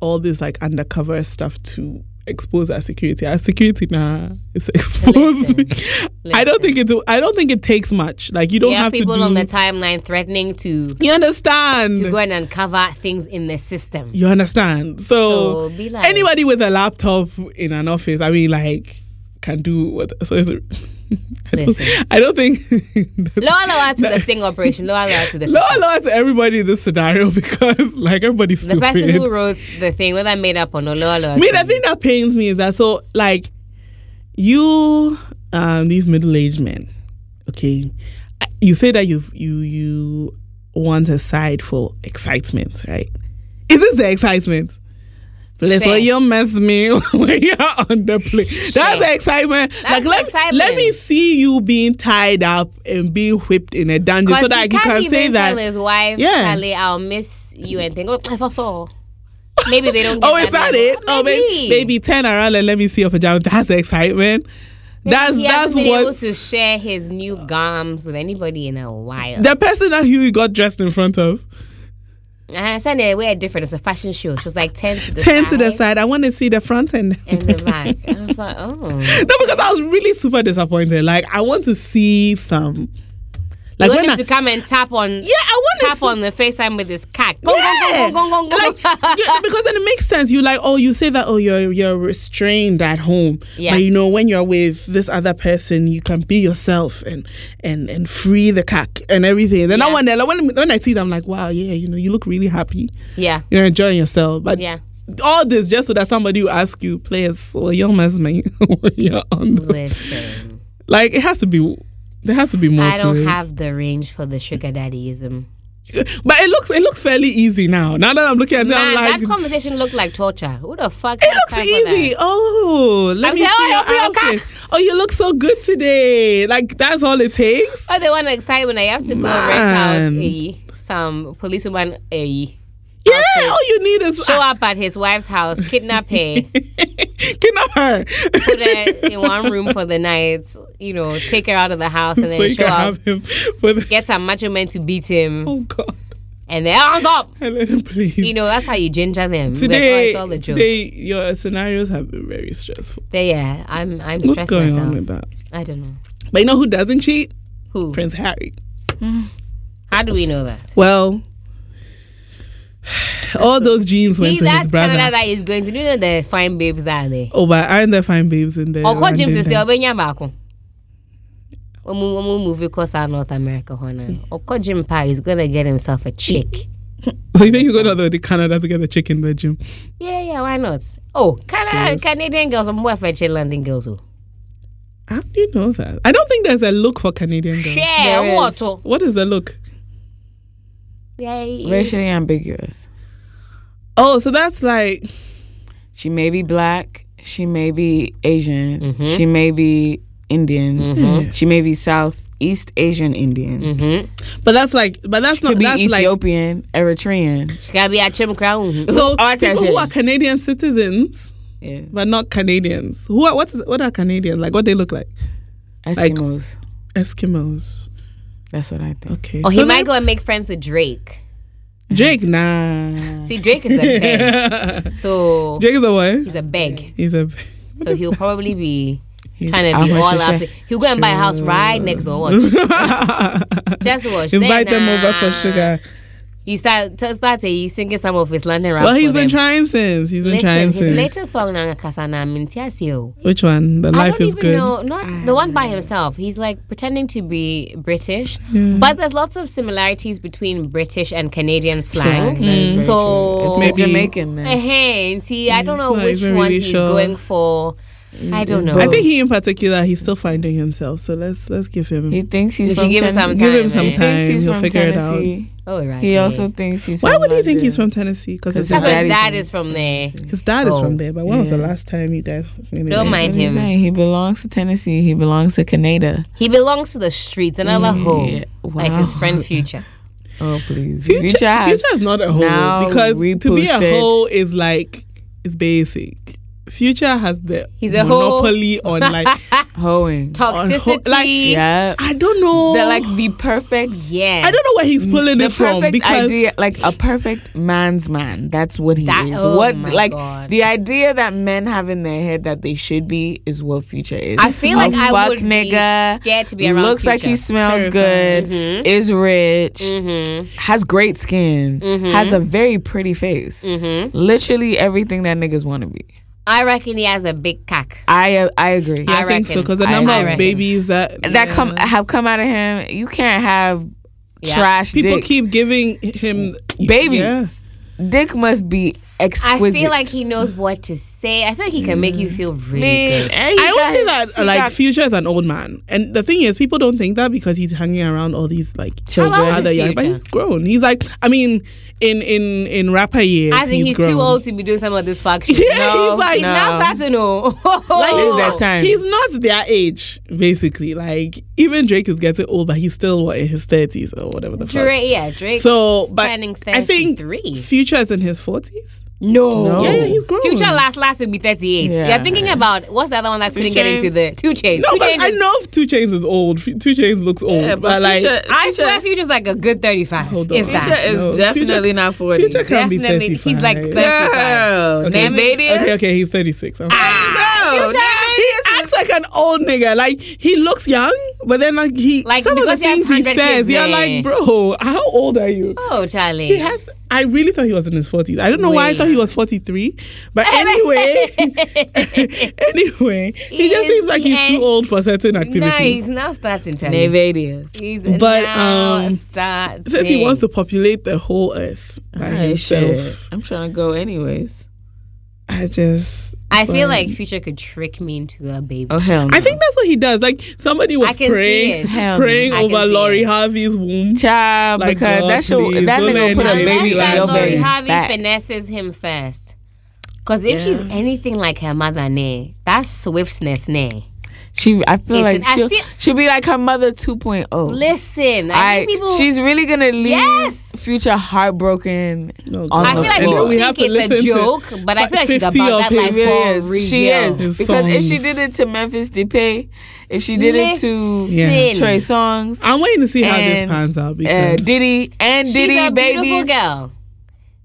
all this like undercover stuff to expose our security. Our security, nah, it's exposed. I don't think it. do- I don't think it takes much. Like you don't we have, have to do. people on the timeline threatening to you understand. to go and uncover things in the system. you understand. So, So be like- anybody with a laptop in an office, I mean, like, can do what. So it's. I don't, Listen. I don't think. Loa loa to the sting operation. Loa loa to the No, sting. no, to everybody in this scenario because like everybody's The stupid. person who wrote the thing, whether made up or not, loa loa. I mean, to the thing that pains me is that so like you, um, these middle-aged men, okay, I- you say that you you you want a side for excitement, right? Is this the excitement? Please, Fair. will you mess me when you're on the plane? That's the excitement. like, the let, let excitement. me see you being tied up and being whipped in a dungeon 'Cause so that he you can't can even say Tell that. his wife, Yeah. Charlie, I'll miss you and think, oh, if I saw. Maybe they don't. Get Oh, is that level. it? Oh, maybe, maybe turn around and let me see your pajamas. That's the excitement. That's He that's hasn't been able what to share his new gums with anybody in a while. the person that Huey got dressed in front of. I said they were different. It was a fashion show. It was like ten to the Turn side to the side. I want to see the front end. and the back. I was like, oh. no, because I was really super disappointed. Like I want to see some. Like you want when him I, to come and tap on yeah, I want to tap on the FaceTime with his cat. Go, Yeah. go, go, go, go, go, Like, go. yeah, because then it makes sense. You like, oh, you say that, oh, you're you're restrained at home, Yeah. but you know when you're with this other person, you can be yourself and and and free the cack and everything. Then I Yeah. wonder, like, when when I see them, I'm like, wow, yeah, you know, you look really happy, yeah. you're enjoying yourself, but Yeah. all this just so that somebody will ask you, players, well, you're mess man, when you're on. the-" Listen, Like it has to be, there has to be more. I to don't it. have the range for the sugar daddyism. but it looks it looks fairly easy now. Now that I'm looking at it, Man, I'm like. that conversation looked like torture. Who the fuck? It looks easy. Oh, let I'm me saying, see oh, your I hope you're outfit. Oh, you look so good today. Like that's all it takes. Oh, they want excitement. I have to go rent Man. out a, some policewoman. A, Yeah, all you need is show up at his wife's house, kidnap her, kidnap her. put her in one room for the night. You know, take her out of the house and so then you show can up. have him with. Get some macho men to beat him, Oh God, and then arms up. Helen, please. You know, that's how you ginger them. today, like, oh, it's all a joke. today your scenarios have been very stressful. They- yeah, I'm I'm What's stressing going on myself. with that? I don't know But you know who doesn't cheat? who. Prince Harry. How do we know that? Well, all those jeans went See, to that's his brother. Canada that is going to do you know the fine babes that are there. Oh, but aren't there fine babes in there? Ọkọ James sị London? ọbɛnya baako. Ọmụ ọmụ movie kọsa North America hɔ na. Ọkọ Jim Pa is gonna get himself a chick. So you think you go down there to Canada to get the chick in the gym? Yeah, yeah, why not? Oh, Canada, Canadian girls are more fetch London girls. oh. How do you know that? I don't think there's a look for Canadian girls. Share There what? is. oh. What is the look? Yeah, Racially ambiguous. Oh, so that's like She may be black. She may be Asian. Mm-hmm. She may be Indian. She may be Southeast Asian Indian. Mm-hmm. but that's like but that's She not could be Mm. that's like Ethiopian, Eritrean. She gotta be a chim crown. mm-hmm. so Or people Tanzanian. who are Canadian citizens Yeah. but not Canadians. Who are what is what are Canadians? Like what they look like? Eskimos. Eskimos. That's what I think. Okay. Or Oh, he So might then- go and make friends with Drake. Drake, nah. See, Drake is a beg, Drake so is a what? he's a beg. He's a So he'll probably be He's kind of out be here all up. shit- He'll go and buy a house right next door. Watch. Just watch. Say invite them over for nah. sugar. He start eh, t- starts he's singing some of his London raps. Well, he's for been them. trying since. He's been Listen, trying his since. latest song na Kasana Mintiasio. Which one? The I life don't is even good. know. Not the one by himself. He's like pretending to be British, Yeah. but there's lots of similarities between British and Canadian slang. That is very So- true. it's Mm-hmm. Maybe- maybe Jamaican Uh-huh. man. And See, I don't It's know not which even one really he's sure. going for. I don't it's know. both. I think he in particular he's still finding himself. So let's let's give him. He thinks he's We should from give him Ten- some give him time, some eh? He thinks time. he's He'll from figure it out. Tennessee. oh right. He yeah. also thinks he's. Why from would he think he's London. from Tennessee? Because his, Because That's dad, where Daddy's his dad from- is from there. his dad is Oh, from there. But when was the yeah. last time you guys? Anyway. Don't mind. That's what he's him. saying. He belongs to Tennessee. He belongs to Canada. He belongs to the streets, another hole, Yeah. like his Wow. friend Future. Oh please, Future, Future has- Future is not a whole now because to be a reposted. whole is like it's basic. Future has the He's a hoe. monopoly on like hoeing. Toxicity. like- Yeah, I don't know. Oh. they're like the perfect. yeah. I don't know where he's pulling Mm, The it from perfect because idea, like a perfect man's man. That's what he That- is. oh what, my like, God. the idea that men have in their head that they should be is what future is. I feel A like I fuck would be nigga, scared to be around Looks like he Future. Mm-hmm. Mm. smells Terrifying. good, is rich, has great skin, Mm-hmm. has a very pretty face. Mm. Literally everything that niggas want to be. I reckon he has a big cock. I I agree. I, I think so reckon. because the I number reckon. of babies that that come have come out of him. You can't have Yeah. trash people dick. keep giving him Babies. Yeah. dick must be I exquisite. feel like he knows what to say. I feel like he can make you Mm. feel really Man, good. and he I got- always say he that like got Future is an old man, and the thing is, people don't think that because he's hanging around all these like Children. old is other young, but Future? he's grown. He's like, I mean, in in in rapper years, I think he's, grown. too old to be doing some of this fuck shit. Yeah, No, he's like, He's now No. starting to know. It's that time. he's not their age, basically. Like even Drake is getting old, but he's still what in his thirties or whatever the fuck. Drake, yeah, Drake. So, but turning I think 33. Future is in his forties. no. No. Yeah, yeah, he's grown. Oh. Future last last will be 38. Yeah. You're thinking about what's the other one that couldn't get into Chainz. the two chains. No, two but Chainz I is- know Two Chains is old. Fu- Two Chains looks old, Yeah, but, but like Future- I Future- swear Future's like a good 35. Hold if on. that. Future is No, Future- definitely not forty. Future can't be Definitely, thirty-five. he's like Girl, Okay. Namidius. Okay, okay, he's 36. Ah. I'm sorry. Girl, Future. He Namidius. acts like an old nigga. Like he looks young, but then like he Like, some of the because he has things he 100 says, kids, you're eh? like, bro, how old are you? Oh, Charlie. He has. I really thought he was in his 40s. I don't know why I Wait. thought he was 43, but anyway, anyway, he just seems like he's E too old for certain Nah, activities. he's now starting Charlie. Namidius. He's But, now um, starting. Says he wants to populate the whole earth by Oh, Alright, himself. shit. I'm trying to go anyways. I just. I feel like Future could trick me into a baby. Uh, Oh hell, no. I think that's what he does. Like somebody I was can see praying, it. Hell praying no. I can over see Laurie it. Harvey's womb. child Like, because God, that should please, that don't nigga let will put a him Unless like baby in that your Laurie Lori belly. Harvey Fat. finesses him first. Cause if she's anything like her mother, nay, that's swiftness, nay. She, I feel Listen, like I she'll, feel- she'll be like her mother oh. 2.0. Listen, I, I, think people. she's really gonna leave Yes! future heartbroken. Oh, God. on I the feel like And floor. people we have think to it's a listen to joke, but I feel like she's 50 about of that his- life She for really real. is. She is His because if she songs. did it to Memphis Depay, if she did it to Yeah. Listen. Trey Songs, I'm waiting to see how this And, pans out uh, because Diddy, and She's Diddy a babies, beautiful girl.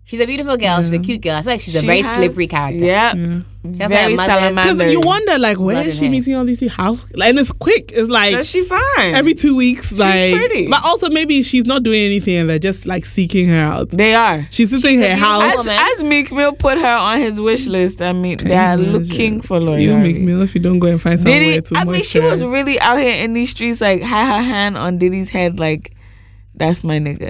She's a beautiful girl. She's a cute girl. I feel like she's a she very has- slippery character. Yeah, Yeah. That's Very like mothers. salamander. Because you wonder, like, where Blood is in she hair. meeting all these people? How? Like, and it's quick. It's like That's she fine. every two weeks. like, pretty. but also maybe she's not doing anything, and they're just like seeking her out. they are. She's sitting in She's her a beautiful house. As, woman. as Meek Mill put her on his wish list, I mean, they are imagine? looking for Lori. You make Harvey. me laugh. You don't go and find somewhere Diddy, to I mean, she moisturize. was really out here in these streets, like had her hand on Diddy's head, like that's my nigga.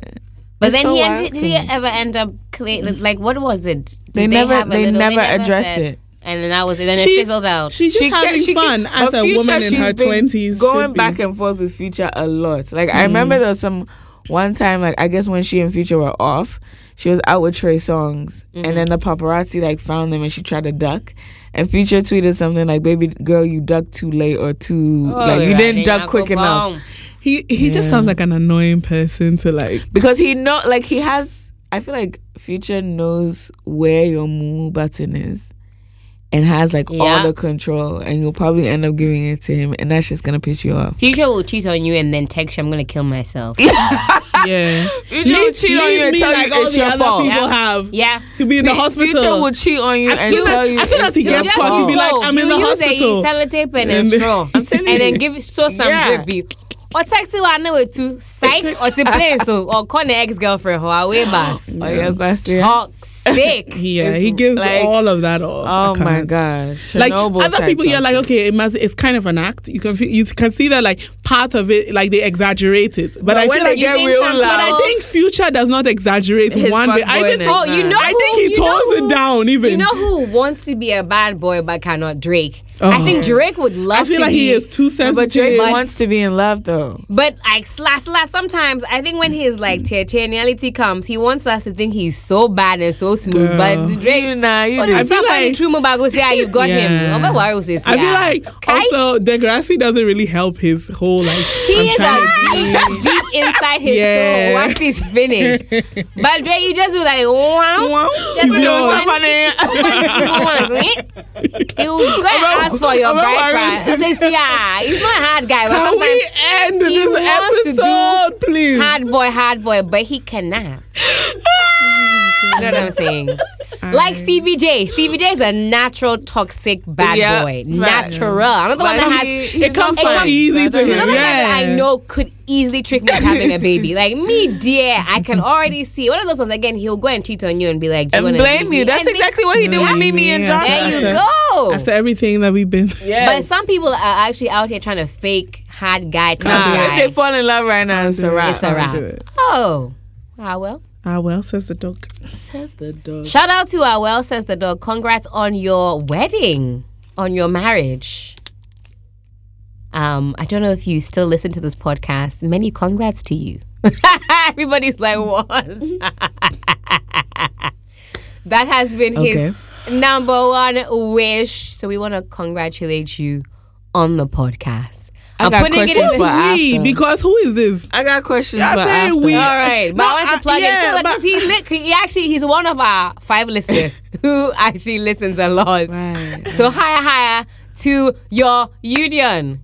But It's then so he wild ended, to did he me. ever end up clear, like what was it? Did They never- have a they never addressed said. it. and then that was it. Then it fizzled out. She's just kept- having kept- fun as but a Future, woman in she's her been twenties. Mm-hmm. going back and forth with Future a lot. Like I remember there was some one time, like I guess when she and Future were off, she was out with Trey Songs, Mm-hmm. and then the paparazzi like found them and she tried to duck. And Future tweeted something like, "Baby girl, you ducked too late or Oh, too like you didn't duck quick enough." he he just sounds like an annoying person to like. because he know like he has i feel like future knows where your moo button is and has like Yeah. all the control and you'll probably end up giving it to him and that's just gonna piss you off Future will cheat on you and then text you, "I'm gonna kill myself." Yeah, future will cheat on you and me tell like you all it's the your other fault people Yeah. have. yeah. He'll be in the Fu- hospital. future will cheat on you As and soon as- tell you as soon as he it's your gets Just caught, he'll fault. be like, go. "I'm in You the use hospital." A sellotape and a And then- straw, I'm telling and then you. give it show some Yeah. grippy. Or text you one way to psych or to play so or call the ex girlfriend or away bus. oh yeah that's it. Toxic. Yeah, It's he gives like- all of that off. I oh my can't. gosh Like Chernobyl other type people, you're of- like, okay, it must. It's kind of an act. You can feel, you can see that like part of it, like they exaggerate it. But, I when feel they like get you think real some- But I loud- think Future does not exaggerate His one bit. I think fuckboyness. Oh, you know, I think who- he you know tones it who- down even. You know who wants to be a bad boy but cannot? Drake. I Oh. think Drake would love. I feel to like be, he is too No, sensitive. but Drake But- wants to be in love though But like slash slash, sometimes I think when his like territoriality comes, he wants us to think he's so bad and so smooth. Girl. But you Drake, know you oh, do. I feel that's like like- true Mubarak will say, "Ah, you got Yeah. him." Obawari will say, I feel "Yeah." like Kai, also Degrassi doesn't really help his whole like. he I'm is trying to be- a deep, deep inside his Yeah. soul once he's finished. but Drake, you just do like, wow. Just He's do yours. one- You go and ask for your Obawari bride price. He says, yeah, ah, he's not a hard guy. But Can sometimes we end he this wants to do episode, please? hard boy, hard boy, but he cannot. you know what I'm saying? Like Stevie J. Stevie J is a natural toxic bad Yeah, boy. facts. Natural. Another one But that he- has. he's it comes not so fun. easy to him. Another Yeah. guy that I know could easily trick me into having a baby. Like me, dear, I can already see. One of those ones again, he'll go and cheat on you and be like, Do you and wanna blame leave you me? that's And me- exactly what he did Yeah. with Mimi and Yeah. John There you After- go. After everything that we've been, yeah. But some people are actually out here trying to fake hard guy, tough Nah, guy. if they fall in love right now, it's a wrap. it's a wrap. do it. Oh, ah well. Ah well, says the dog. Says the dog. Shout out to our well says the dog. Congrats on your wedding, on your marriage. Um, I don't know if you still listen to this podcast. Many congrats to you. Everybody's like, what? that has been Okay. his number one wish. So we want to congratulate you on the podcast. I am got putting it in questions the for But we, after. because who is this? I got questions I for say after. we- All right, No, but I wanted uh, I- to plug yeah, yeah, it. So, but- like, he, li- he actually he's one of our five listeners who actually listens a lot. Right. So higher, higher to your union.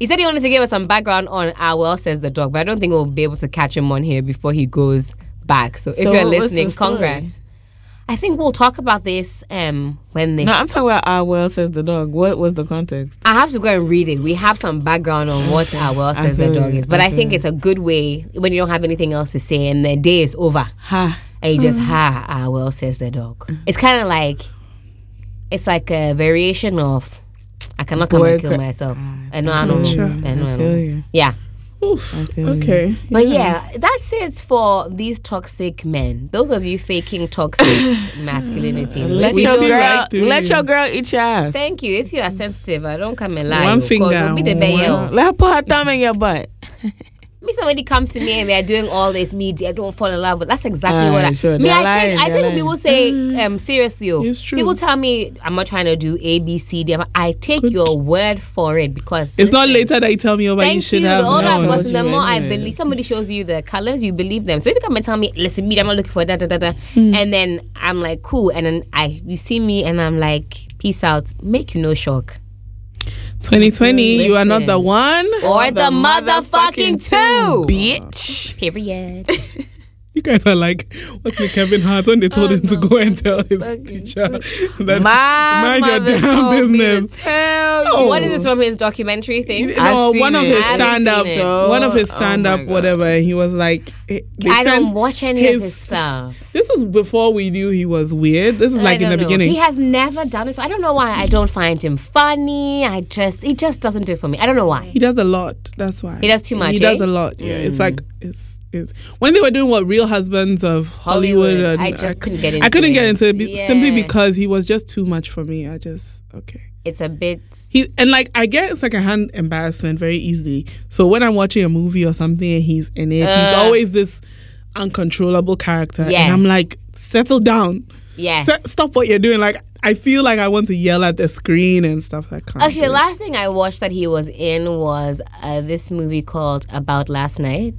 He said he wanted to give us some background on our well says the dog, but I don't think we'll be able to catch him on here before he goes back. So, if So you're what was the listening, story? congrats. I think we'll talk about this um when this. No, I'm talking about our well says the dog. What was the context? I have to go and read it. We have some background on what our well says the feel dog you. is, but I I think feel it's a good way when you don't have anything else to say and the day is over. Ha. and you just ha ah well says the dog. It's kind of like it's like a variation of I cannot come Boy and kill cra- myself. I know I don't know. Sure. I know I I don't feel know. you. Yeah. Oof. I feel you. Okay. But yeah, that's it for these toxic men. Those of you faking toxic masculinity. Let we your don't feel girl, right through let you. your girl eat your ass. Thank you. If you are sensitive, I don't come and lie. One One finger. finger, It'll be the one- bail. Let her put her thumb in your butt. Me, somebody comes to me and they're doing all this media. I don't fall in love with. That's exactly Aye, what I. sure, me, they're I lying, think I they're think people lying. say um seriously. oh, Mm. It's true. People tell me I'm not trying to do A B C D. I'm- I take your word for it because It's not listen, later that you tell me, oh, but Thank you should you. have The older I've known. gotten, the You more I anyway. believe. Somebody shows you the colors, you believe them. So if you come and tell me, listen, me, I'm not looking for that, da da da, Mm. and then I'm like, cool, and then I, you see me, and I'm like, peace out, make you no shock, 2020, you are not the Listen. one. or the, motherfucking two, Bitch. period. You guys are like, what's the Kevin Hart Oh, when they told him to go and tell his Fucking teacher My that mind your mother damn told me to business. tell you. Oh. What is this from his documentary You thing? I've know, seen one of it. his I've stand up, seen it. one of his Oh my stand up, God. whatever. And he was like, eh, they I don't sent watch any of his stuff. This is before we knew he was weird. This is I like in don't the know. beginning. He has never done it. For, I don't know why. I don't find him funny. I just he just doesn't do it for me. I don't know why. He does a lot. That's why He does too much, He does eh? a lot. Yeah, it's like it's it's when they were doing what Real Husbands of Hollywood. Hollywood, and uh, I just couldn't get I into couldn't get it. into it be- simply Yeah. because he was just too much for me. I just okay. It's a bit. He and like I get secondhand embarrassment very easily. So when I'm watching a movie or something and he's in it, he's always this uncontrollable character, Uh. Yes. and I'm like, settle down. Yes. Se- stop what you're doing. Like I feel like I want to yell at the screen and stuff. I can't. Actually, do the it. last thing I watched that he was in was uh, this movie called About Last Night,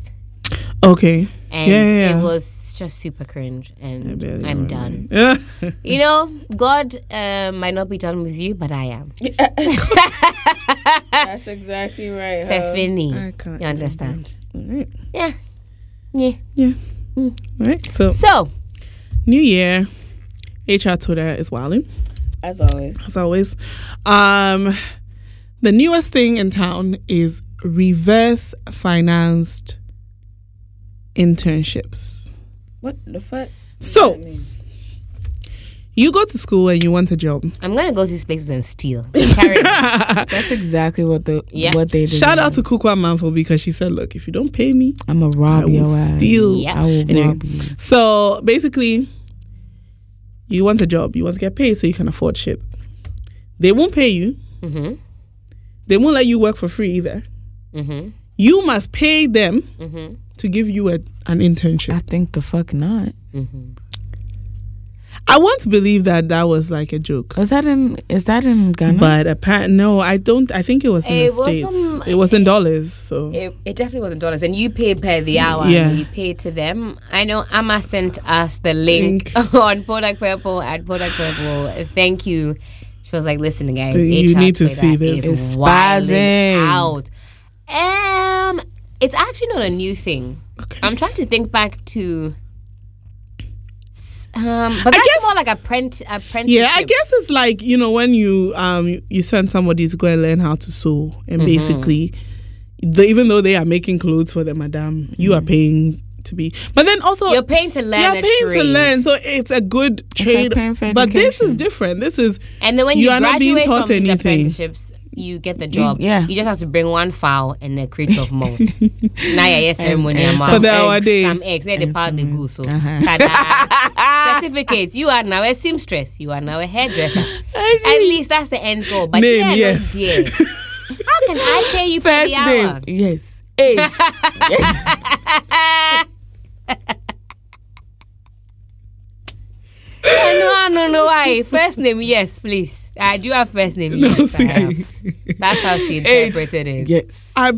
okay. and yeah, yeah, yeah. it was just super cringe. And barely I'm know done. Yeah. You know, God uh, might not be done with you, but I am. That's exactly right. Stephanie, I can't you understand? Alright. Yeah, yeah. Yeah. Alright. So So new year. HR Twitter is wilding, As always. as always. Um the newest thing in town is reverse financed internships. What the fuck? So you go to school and you want a job. I'm gonna go to these places and steal. Carry on. That's exactly what the Yeah. what they did. Shout out to Kukwa Manfo because she said, Look, if you don't pay me, I'm a rob I will your ass. steal. Yeah. I will Anyway. rob you. So basically, you want a job, you want to get paid so you can afford shit. They won't pay you. Mhm. They won't let you work for free either. Mhm. You must pay them Mhm. to give you a, an internship. I think the fuck not. Mhm. I want to believe that that was like a joke. Was that in? Is that in Ghana? But apparently, no, I don't. I think it was in It the was States. some- it was in dollars. So It, it definitely wasn't dollars, and you pay per the hour. Mm. Yeah. you pay to them. I know Amma sent us the link, on Product Purple at Product Purple. Thank you. She was like, "Listen, guys, Uh, you HR need to Twitter see this. is It's wilding spazzing. out." Um, it's actually not a new thing. Okay. I'm trying to think back to. s- Um, but that's guess- more like apprent- apprenticeship. yeah, I guess it's like you know when you um you send somebody to go and learn how to sew, and basically, the, even though they are making clothes for the madam, you are paying to be. But then also you're paying to learn. you're a paying to trade. learn, so it's a good trade. paying for but this is education. different. This is And then when you, You are not being graduate taught from these anything. apprenticeships, you get the job. yeah. You just have to bring one fowl and a crate of malt. now your ceremony and amount. for the our eggs, days. Some eggs. Then they pound the goose. So. Uh-huh. Ta-da. Certificates. You are now a seamstress. You are now a hairdresser. At least that's the end goal. But Name, yeah, yes. yeah. How can I pay you First for the hour? yes. Age. no, no, no. Why? First name, yes, please. I do have first name. No, yes, I see, have. That's how she interpreted it. yes. I,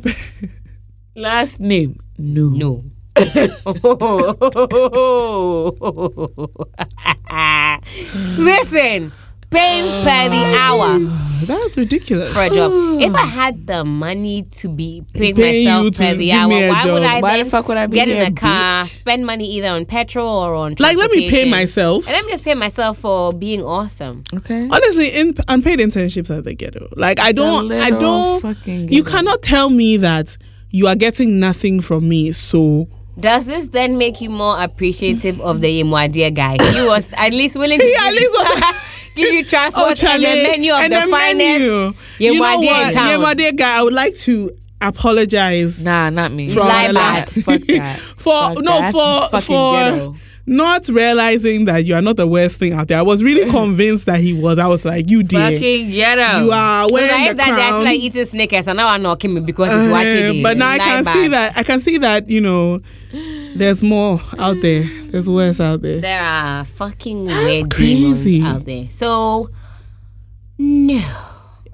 Last name. No. No. Listen, paying per the Oh, hour that's ridiculous. for a job. If I had the money to be paying Pay you myself to per the give hour, me a why job. would I Why then the fuck would I be get here, in a car, bitch? spend money either on petrol or on Like, let me pay transportation? myself. And let me just pay myself for being awesome. Okay. Honestly, in, unpaid internships are the ghetto. Like I don't, I literal don't. fucking You ghetto. cannot tell me that you are getting nothing from me. So Does this then make you more appreciative of the Imwadia guy? He was at least willing to He give, at you- least was- give you oh, transport and Charlie, the menu of and the, the finest menu. You know Imwadia what? in town. Yeah, dear guy, I would like to apologize. Nah, not me. From lie the bad. last- Fuck that. for Fuck no that. for Fucking for ghetto. not realizing that you are not the worst thing out there. I was really convinced that he was. I was like, you did. Fucking ghetto. You are so wearing that the that day I feel crown. like eating Snickers and now I'm not me because it's Uh, watching it. but now I Lie can bad. see that I can see that you know, there's more out there. There's worse out there. There are fucking weird crazy. demons out there. So, no.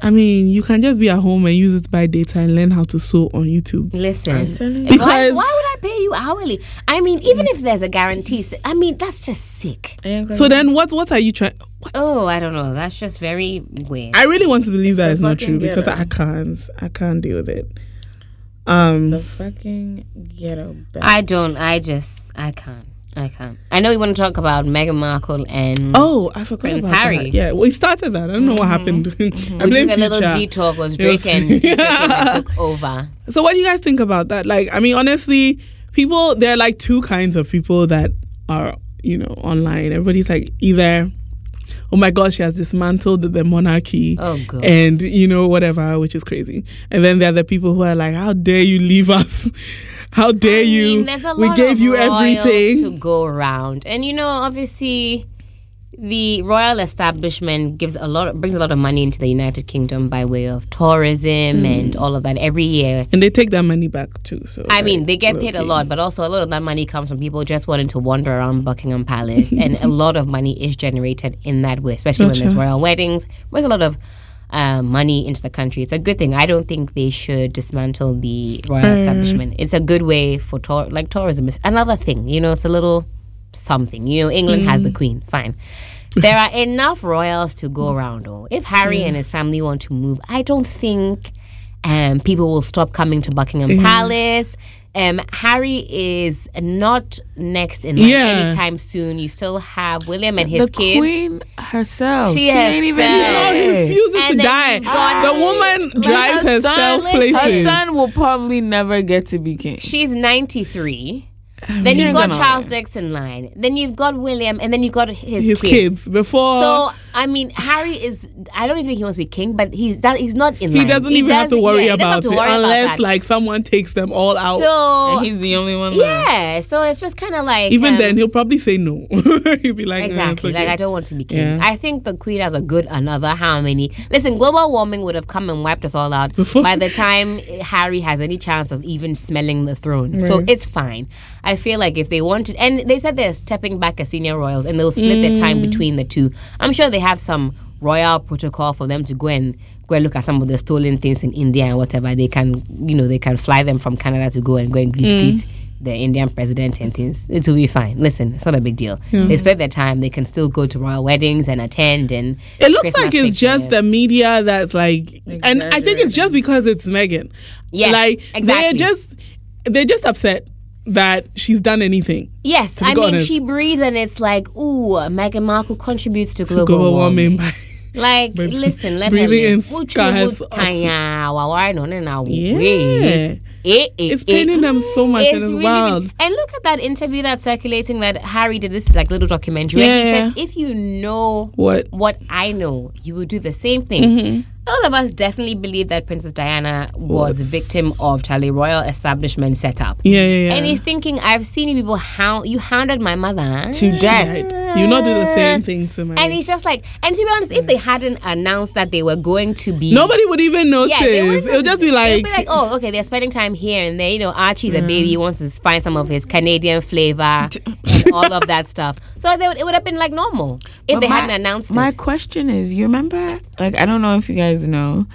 I mean, you can just be at home and use it by data and learn how to sew on YouTube. Listen, telling why, Because- why would I pay you hourly? I mean, even if there's a guarantee, I mean, that's just sick. So then, what what are you trying? Oh, I don't know. That's just very weird. I really want to believe that it's not fucking true because ghetto. I can't. I can't deal with it. Um, fucking ghetto. I don't. I just. I can't. I can't. I know we want to talk about Meghan Markle and Oh, I forgot Prince about Harry. that. Yeah, we started that. I don't know what happened. I we blame took a little Future. detour was Yes. Drake and Future that took over. So what do you guys think about that? Like, I mean, honestly, people there are like two kinds of people that are you know online. Everybody's like either, oh my gosh, she has dismantled the monarchy, Oh, God. and you know whatever, which is crazy. And then there are the people who are like, how dare you leave us? How dare I you? mean, there's a we lot gave of you royals everything. to go around, and you know, obviously, the royal establishment gives a lot, brings a lot of money into the United Kingdom by way of tourism Hmm. and all of that every year. and they take that money back too. So I like, mean, they get paid a low-key. lot, but also a lot of that money comes from people just wanting to wander around Buckingham Palace, and a lot of money is generated in that way, especially when there's royal weddings. There's a lot of uh, money into the country. It's a good thing. I don't think they should dismantle the royal Mm. establishment. It's a good way for tour, like tourism. It's another thing, you know. It's a little something, you know. England has the Mm. Queen, fine. There are enough royals to go around. Oh, if Harry and his family want to move, I don't think um, people will stop coming to Buckingham Mm-hmm. Palace. Um, Harry is not next in line Yeah. anytime soon. You still have William and his the kids. queen herself. She She, ain't even herself. God there. Oh, refuses And to then die. you've got- The woman Like, drives her son- herself places. Her son will probably never get to be king. She's 93. Then you've ain't got gonna Charles next in line. Then you've got William, and then you've got his, his kids before So I mean, Harry is. I don't even think he wants to be king, but he's that he's not in. he line. doesn't even have to doesn't- worry yeah, he doesn't have about to it worry about unless that. like someone takes them all out. So and he's the only one left. yeah, so it's just kind of like even um, then, he'll probably say no. he'll be like, "Nah, it's Exactly. Like okay." I don't want to be king. Yeah. I think the queen has a good another how many? Listen, global warming would have come and wiped us all out Before- by the time Harry has any chance of even smelling the throne. So it's fine. I feel like if they wanted, and they said they're stepping back as senior royals, and they'll split their time between the two. I'm sure they have some royal protocol for them to go and go and look at some of the stolen things in India and whatever. They can, you know, they can fly them from Canada to go and go and greet greet the Indian president and things. It will be fine. Listen, it's not a big deal. They spend their time. They can still go to royal weddings and attend. And It looks Christmas like it's just pictures. the media that's like, and I think it's just because it's Megan. Yes, like exactly. they're just they're just upset that she's done anything. yes. be I mean, honest. she breathes, and it's like, ooh, Meghan Markle contributes to global, Global, warming. warming. by- Like, But listen, let her breathing in live. Uchu skies mu up- tanya, wawari no ne na yeah, we. Eh, eh, it's eh. paining them so much, and It's it's really wild. big. And look at that interview that's circulating that Harry did this like little documentary. Yeah. And he said, if you know What? what I know, you will do the same thing. Mm-hmm. All of us definitely believe that Princess Diana was a victim of Charlie Royal establishment setup. Yeah, yeah, And yeah. he's thinking, I've seen you people hound you hounded my mother. To death, you not do the same thing to my. and he's just like, and to be honest, if they hadn't announced that they were going to be Nobody would even notice. they wouldn't It'll just be notice. They'll like, Mm. be like, oh, okay, they're spending time here and there. You know, Archie's a baby, he wants to find some of his Canadian flavor and all of that stuff. So they would, it would have been like normal if But they my- hadn't announced My it. question is, you remember? Like, I don't know if you guys know,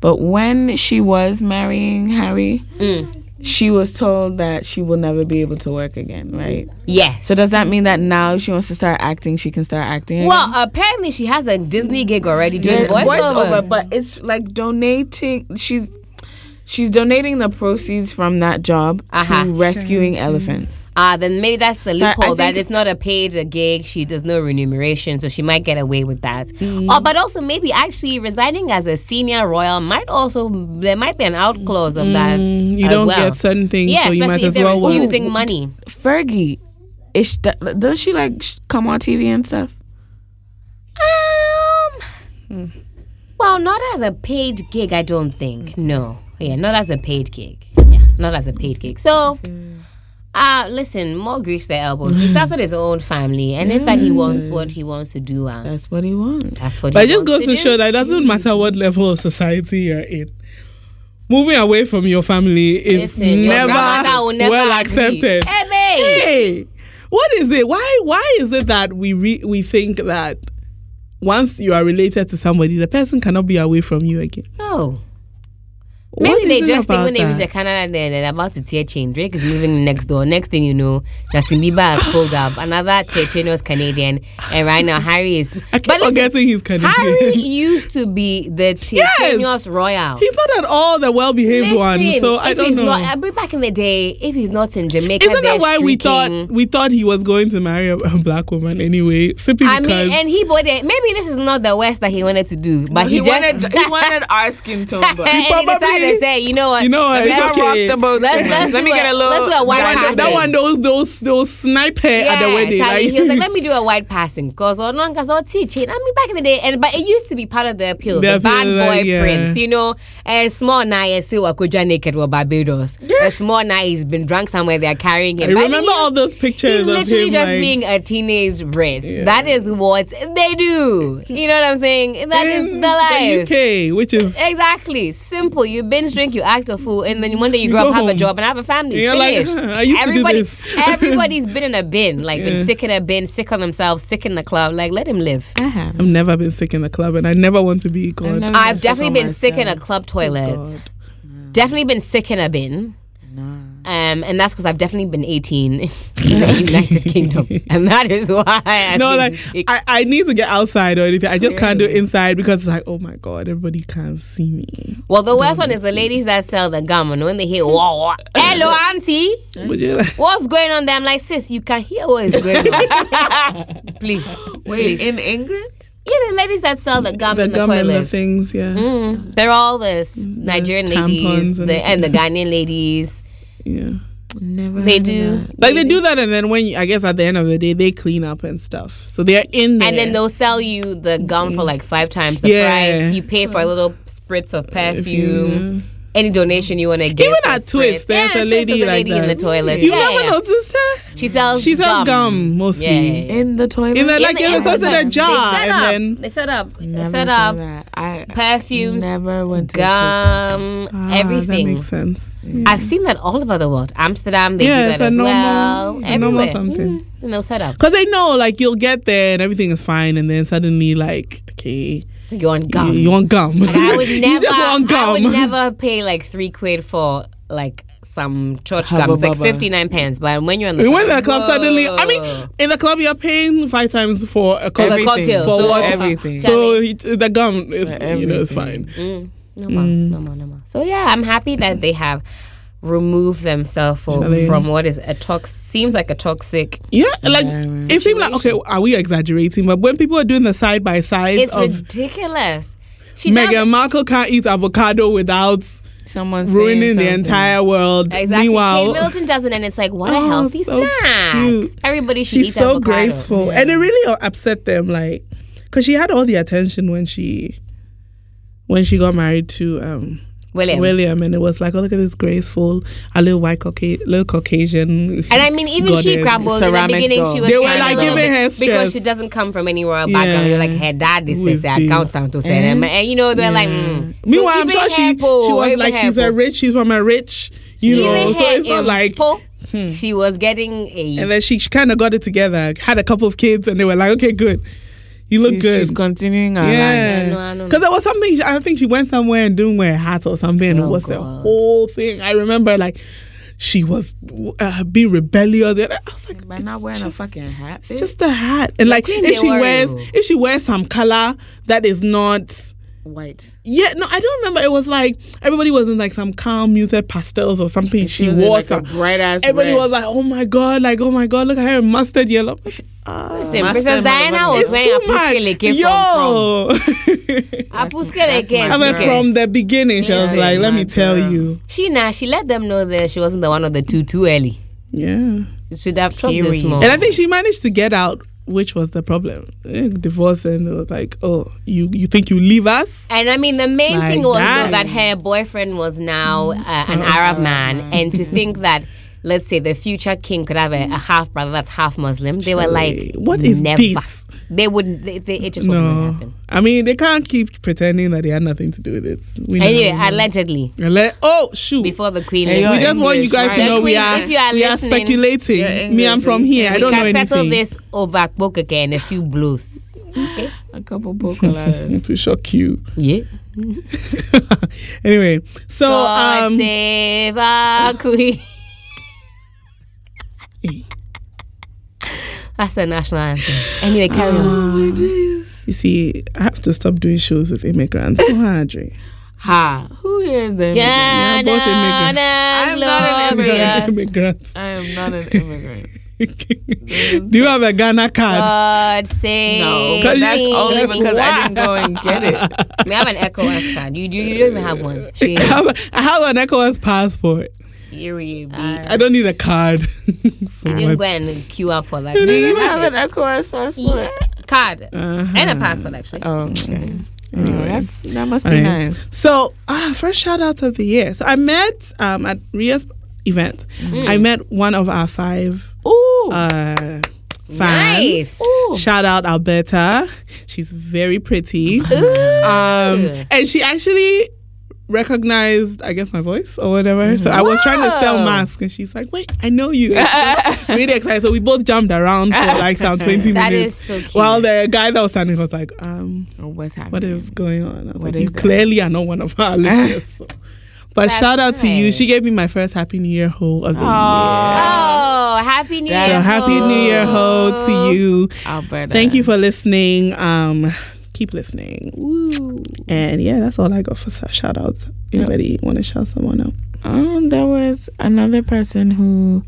but when she was marrying Harry, Mm. she was told that she will never be able to work again, right? Yes. So does that mean that now if she wants to start acting, she can start acting? well, apparently she has a Disney gig already doing again? voiceovers. voiceover, but it's like donating. She's she's donating the proceeds from that job Uh-huh. to rescuing elephants. Ah, then maybe that's the So I- I loophole that think- it's not a paid a gig. She does no remuneration, so she might get away with that. Mm. Oh, but also maybe actually resigning as a senior royal might also there might be an out clause of that. Mm, you as don't well. get certain things, yeah, so you might especially if as they're well work. refusing money. Fergie, is she, doesn't she like sh- come on TV and stuff? Um, Mm. well, not as a paid gig, I don't Mm. think. No, yeah, not as a paid gig. Yeah, not as a paid gig. So, Mm. uh, listen, more grease their elbows. He started his own family, and if that he wants what he wants to do, uh, That's what he wants. that's what. But it he just wants goes to do. show that it doesn't matter what level of society you're in. Moving away from your family is Listen, your never, grandmother will never well agree. accepted. Hey, babe. Hey, what is it? Why why is it that we re- we think that once you are related to somebody, the person cannot be away from you again? No. What Maybe they is it just think about when they reach that? the Canada, they're, they're about to tear chain. Drake is moving next door. Next thing you know, Justin Bieber has pulled up. Another tear chain was Canadian, and right now Harry is. I keep forgetting he's Canadian. Harry used to be the tear yes. royal. He's not at all the well behaved one, Listen, so I if don't he's know. Not, I mean, back in the day, if he's not in Jamaica, Isn't they're that why we thought streaking. we thought he was going to marry a, a black woman anyway? Simply I because mean, and he bought it. Maybe this is not the worst that he wanted to do, but he, he, just wanted he wanted our skin tone, but and probably- he decided to say, you know what, you know what? let's- It's I rocked okay. the boat. Let's- too let's much. Let do me a- get a little. let's do a white that, one, that passage. one, those those those snipe hair at the wedding. Charlie, like, he was like, let me do a white passing because or non because or teaching. I mean, back in the day, and but it used to be part of the appeal, The the, bad appeal, boy like, yeah. prince, you know, a small Naya Siwakuja naked with Barbados. A small Naya has been drunk somewhere. They're carrying him. I But mean, remember he's- all those pictures. He's literally of him, just like, being a teenage Brit. Yeah. That is what they do. You know what I'm saying? That is in the life. UK, which is Exactly. Simple. You binge drink, you act a fool, and then one day you You grow go up, have a home. job, and have a family. You're like, Finished. "Huh, I used to do Everybody, this." everybody's been in a bin, like Yeah. been sick in a bin, sick on themselves, sick in the club. Like, let him live. I have. I've never been sick in the club, and I never want to be. God, never- I've sick definitely on been sick in a myself. club toilet. Definitely been sick in a bin. Um, and that's because I've definitely been 18 in the United Kingdom, and that is why. I've no, been like sick. I, I need to get outside or anything. I just can't do inside because it's like, oh my god, everybody can't see me. Well, the worst one is the ladies that sell the gum, and when they hear, wah, wah, hello, auntie, Would you like? what's going on there? I'm like, sis, you can hear what is going on. Please. Wait, in England? Yeah, the ladies that sell the gum the in the gum and the toilet. things, yeah. Mm, they're all this Nigerian ladies tampons and- the, and the Ghanaian ladies. Yeah. Never. They do. Oh Like they do that, and then when you, I guess at the end of the day they clean up and stuff, so they're in there. And then they'll sell you the gum for like five times the Yeah. price. You pay for a little spritz of If perfume. Any donation you want to get. Even for Mm-hmm. at spritz. Twist, there's yeah, a Twist, lady there's a like lady in the that. toilet. You've yeah, never yeah. noticed her. She sells She sells gum. gum mostly. Yeah, yeah, yeah. in the toilet. In the In like, the- yeah, in it's the also in toilet. a jar, They set up. and then they set up. They Never set saw up. that. I perfumes, never went to the Twist gum, Ah, That everything. Mm. makes sense. I've seen that all over the world. Amsterdam, they Yeah, do it's that a as normal- well. it's a normal Everywhere. something. Mm, no setup. Cause they know, like you'll get there and everything is fine, and then suddenly, like, okay, You're on you, gum. you want gum? Like, I would never. you just want gum. I would never pay like three quid for like some church Hubba gum. It's like bubba. fifty nine pence. But when you're in the We went club, to the club suddenly. I Whoa. mean, in the club you're paying five times for a Everything. coffee. cocktail, for so uh, what? everything. So it- the gum, is, For you know, it's everything. fine. Mm, no more, no more, no more. So yeah, I'm happy that they have removed themselves for, Shall we- from what is a tox seems like a toxic. Yeah, like Environment. it seemed like okay. Are we exaggerating? But when people are doing the side by sides It's of ridiculous. She does- Meghan Markle can't eat avocado without Someone ruining the entire world. Exactly. Kate Meanwhile, Middleton doesn't, and it's like, what a Oh, healthy so snack. cute. Everybody should she's eat so avocado. graceful, and it really upset them. Like, cause she had all the attention when she when she got married to um William. William, and it was like, oh look at this graceful, a little white Cauca- little Caucasian. And I mean, even she goddess. grumbled in the Ceramic beginning. doll. She was They were, trying a like, little giving bit- her because she stress. doesn't come from any royal background. Yeah. They're like her dad is With his this. accountant to say them, And- and you know they're like. Mm. So Meanwhile, I'm even sure her she, she po- was even like, her she's po- a rich, she's from a rich, you know, even so her it's not in like. hmm. po, she was getting a. And then she, she kind of got it together, had a couple of kids, and they were like, okay, good. You look she's, good. She's continuing her line. I know, I yeah, know. because there was something. she- I think she went somewhere and doing wear a hat or something, and Oh, it was the God. whole thing. I remember like she was uh, be rebellious. And I was like, By not wearing a fucking hat. it's just a hat, and like queen, if they she worry, wears oh. if she wears some color that is not white. yeah, no, I don't remember. It was like everybody was in like some calm muted pastels or something. She, was in, wore like, a some bright-ass Everybody red. was like, "Oh my god!" Like, "Oh my god!" Look at her in mustard yellow. Ah, Listen, Master Princess Diana motherfucker. was it's wearing a too much. puskeleke from. Yo, from- A puskeleke. that's I mean, Yes. from the beginning, she was Yeah, like, "Let my me tell girl. you." She nah, she let them know that she wasn't the one of the two too early. Yeah, She should have chopped this Period. more. and I think she managed to get out, which was the problem. Eh, Divorce, and it was like, "Oh, you you think you leave us?" And I mean, the main Like thing was that. though, that her boyfriend was now uh, Mm, an Arab man, and to think that. Let's say the future king could have a, a half brother that's half Muslim. They were like, Surely. What is never. this? They wouldn't. They, they, it just wasn't gonna No, happen. I mean they can't keep pretending that they had nothing to do with it. We know. Anyway, allegedly, And let- oh shoot. before the queen, Hey, left, yo, we just want you English, guys to right? know we Queen, are, if you are we are listening- speculating. You're Me, I'm English, from we here. I we don't know can anything. settle this over book again. A few blows. Okay. a couple pocoladas. to shock you. Yeah. anyway, so God um, save our queen. hey, That's the national anthem. Anyway, carry on. Oh, you see, I have to stop doing shows with immigrants. So hard, right? ha! Who is them? are both immigrants. I'm I'm not an You are an Yes. immigrant. I am not an immigrant. Do you have a Ghana card? God save. no, but that's me. only because I didn't go and get it. We have an ECOWAS card. You, you, you don't even have one. She, I have, I have an ECOWAS passport. Period. I don't need a card. For you what? didn't go and queue up for like Do you have an ECOWAS passport? card Uh-huh. and a passport actually. Oh, okay. Oh, Anyway. that's, that must be All right. nice. So, ah, first shout out of the year. So I met um, at Ria's event. Mm. I met one of our five Ooh. uh, fans. Nice. Ooh. Shout out Alberta. She's very pretty. Um, and she actually recognized, I guess, my voice or whatever. So I was trying to sell Wow. masks, and she's like, "Wait, I know you." And she was really excited. So we both jumped around for like some twenty That is minutes. so cute. While the guy that was standing was like, um, Oh, What's happening? what is going on? I was What like, is you that? clearly are not one of our listeners. so. But That's shout out to you. nice. She gave me my first Happy New Year ho of the Aw. year. oh, happy New So Year! Happy New Year ho to you. Alberta. Thank you for listening. Um, keep listening. Woo. And yeah, that's all I got for s- shout outs. Anybody want to shout someone out? Um, there was another person who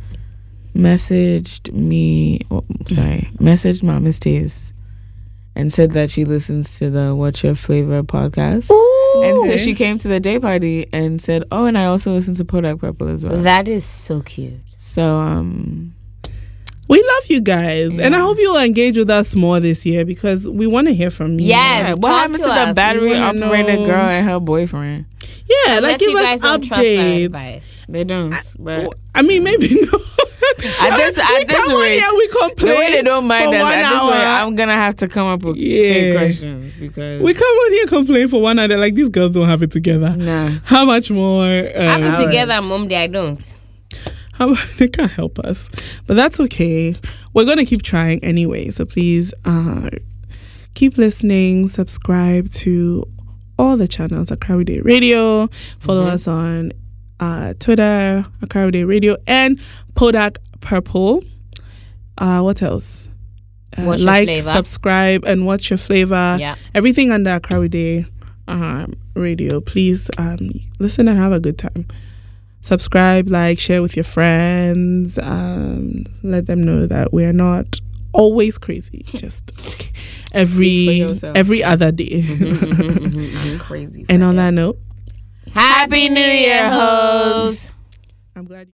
messaged me. Oh, sorry, messaged Mama Stays and said that she listens to the What's Your Flavor podcast. Ooh, And so Okay. she came to the day party and said, "Oh, and I also listen to Product Purple as well." that is so cute. So um, We love you guys, and I hope you'll engage with us more this year because we want to hear from you. Yes. yeah, what Talk happened to to, us. the battery We wanna operated know. girl and her boyfriend? yeah, like Unless give you us guys don't trust our updates. advice. They don't. but Well, I mean, maybe no. At this- we at this come on rate, here, we the complain. way they don't mind for us one at this hour. way, I'm gonna have to come up with Yeah. fake questions because we come on here complain for one hour. They're like, these girls don't have it together. nah. How much more? I'm Uh, together, mom. Day I don't. how, they can't help us, but that's okay. We're gonna keep trying anyway. So please, uh, keep listening. Subscribe to all the channels at Crowdy Day Radio. Follow Mm-hmm. us on uh, Twitter, Crowdy Day Radio, and Podak Purple. Uh, what else? Uh, What's your like, flavor? subscribe, and what's your flavor? Yeah. Everything under Akrawi Day um, Radio. Please um, listen and have a good time. Subscribe, like, share with your friends. Um, let them know that we are not always crazy. Just every yourself. every other day. I'm crazy. and on that note, Happy New Year, hoes. I'm glad.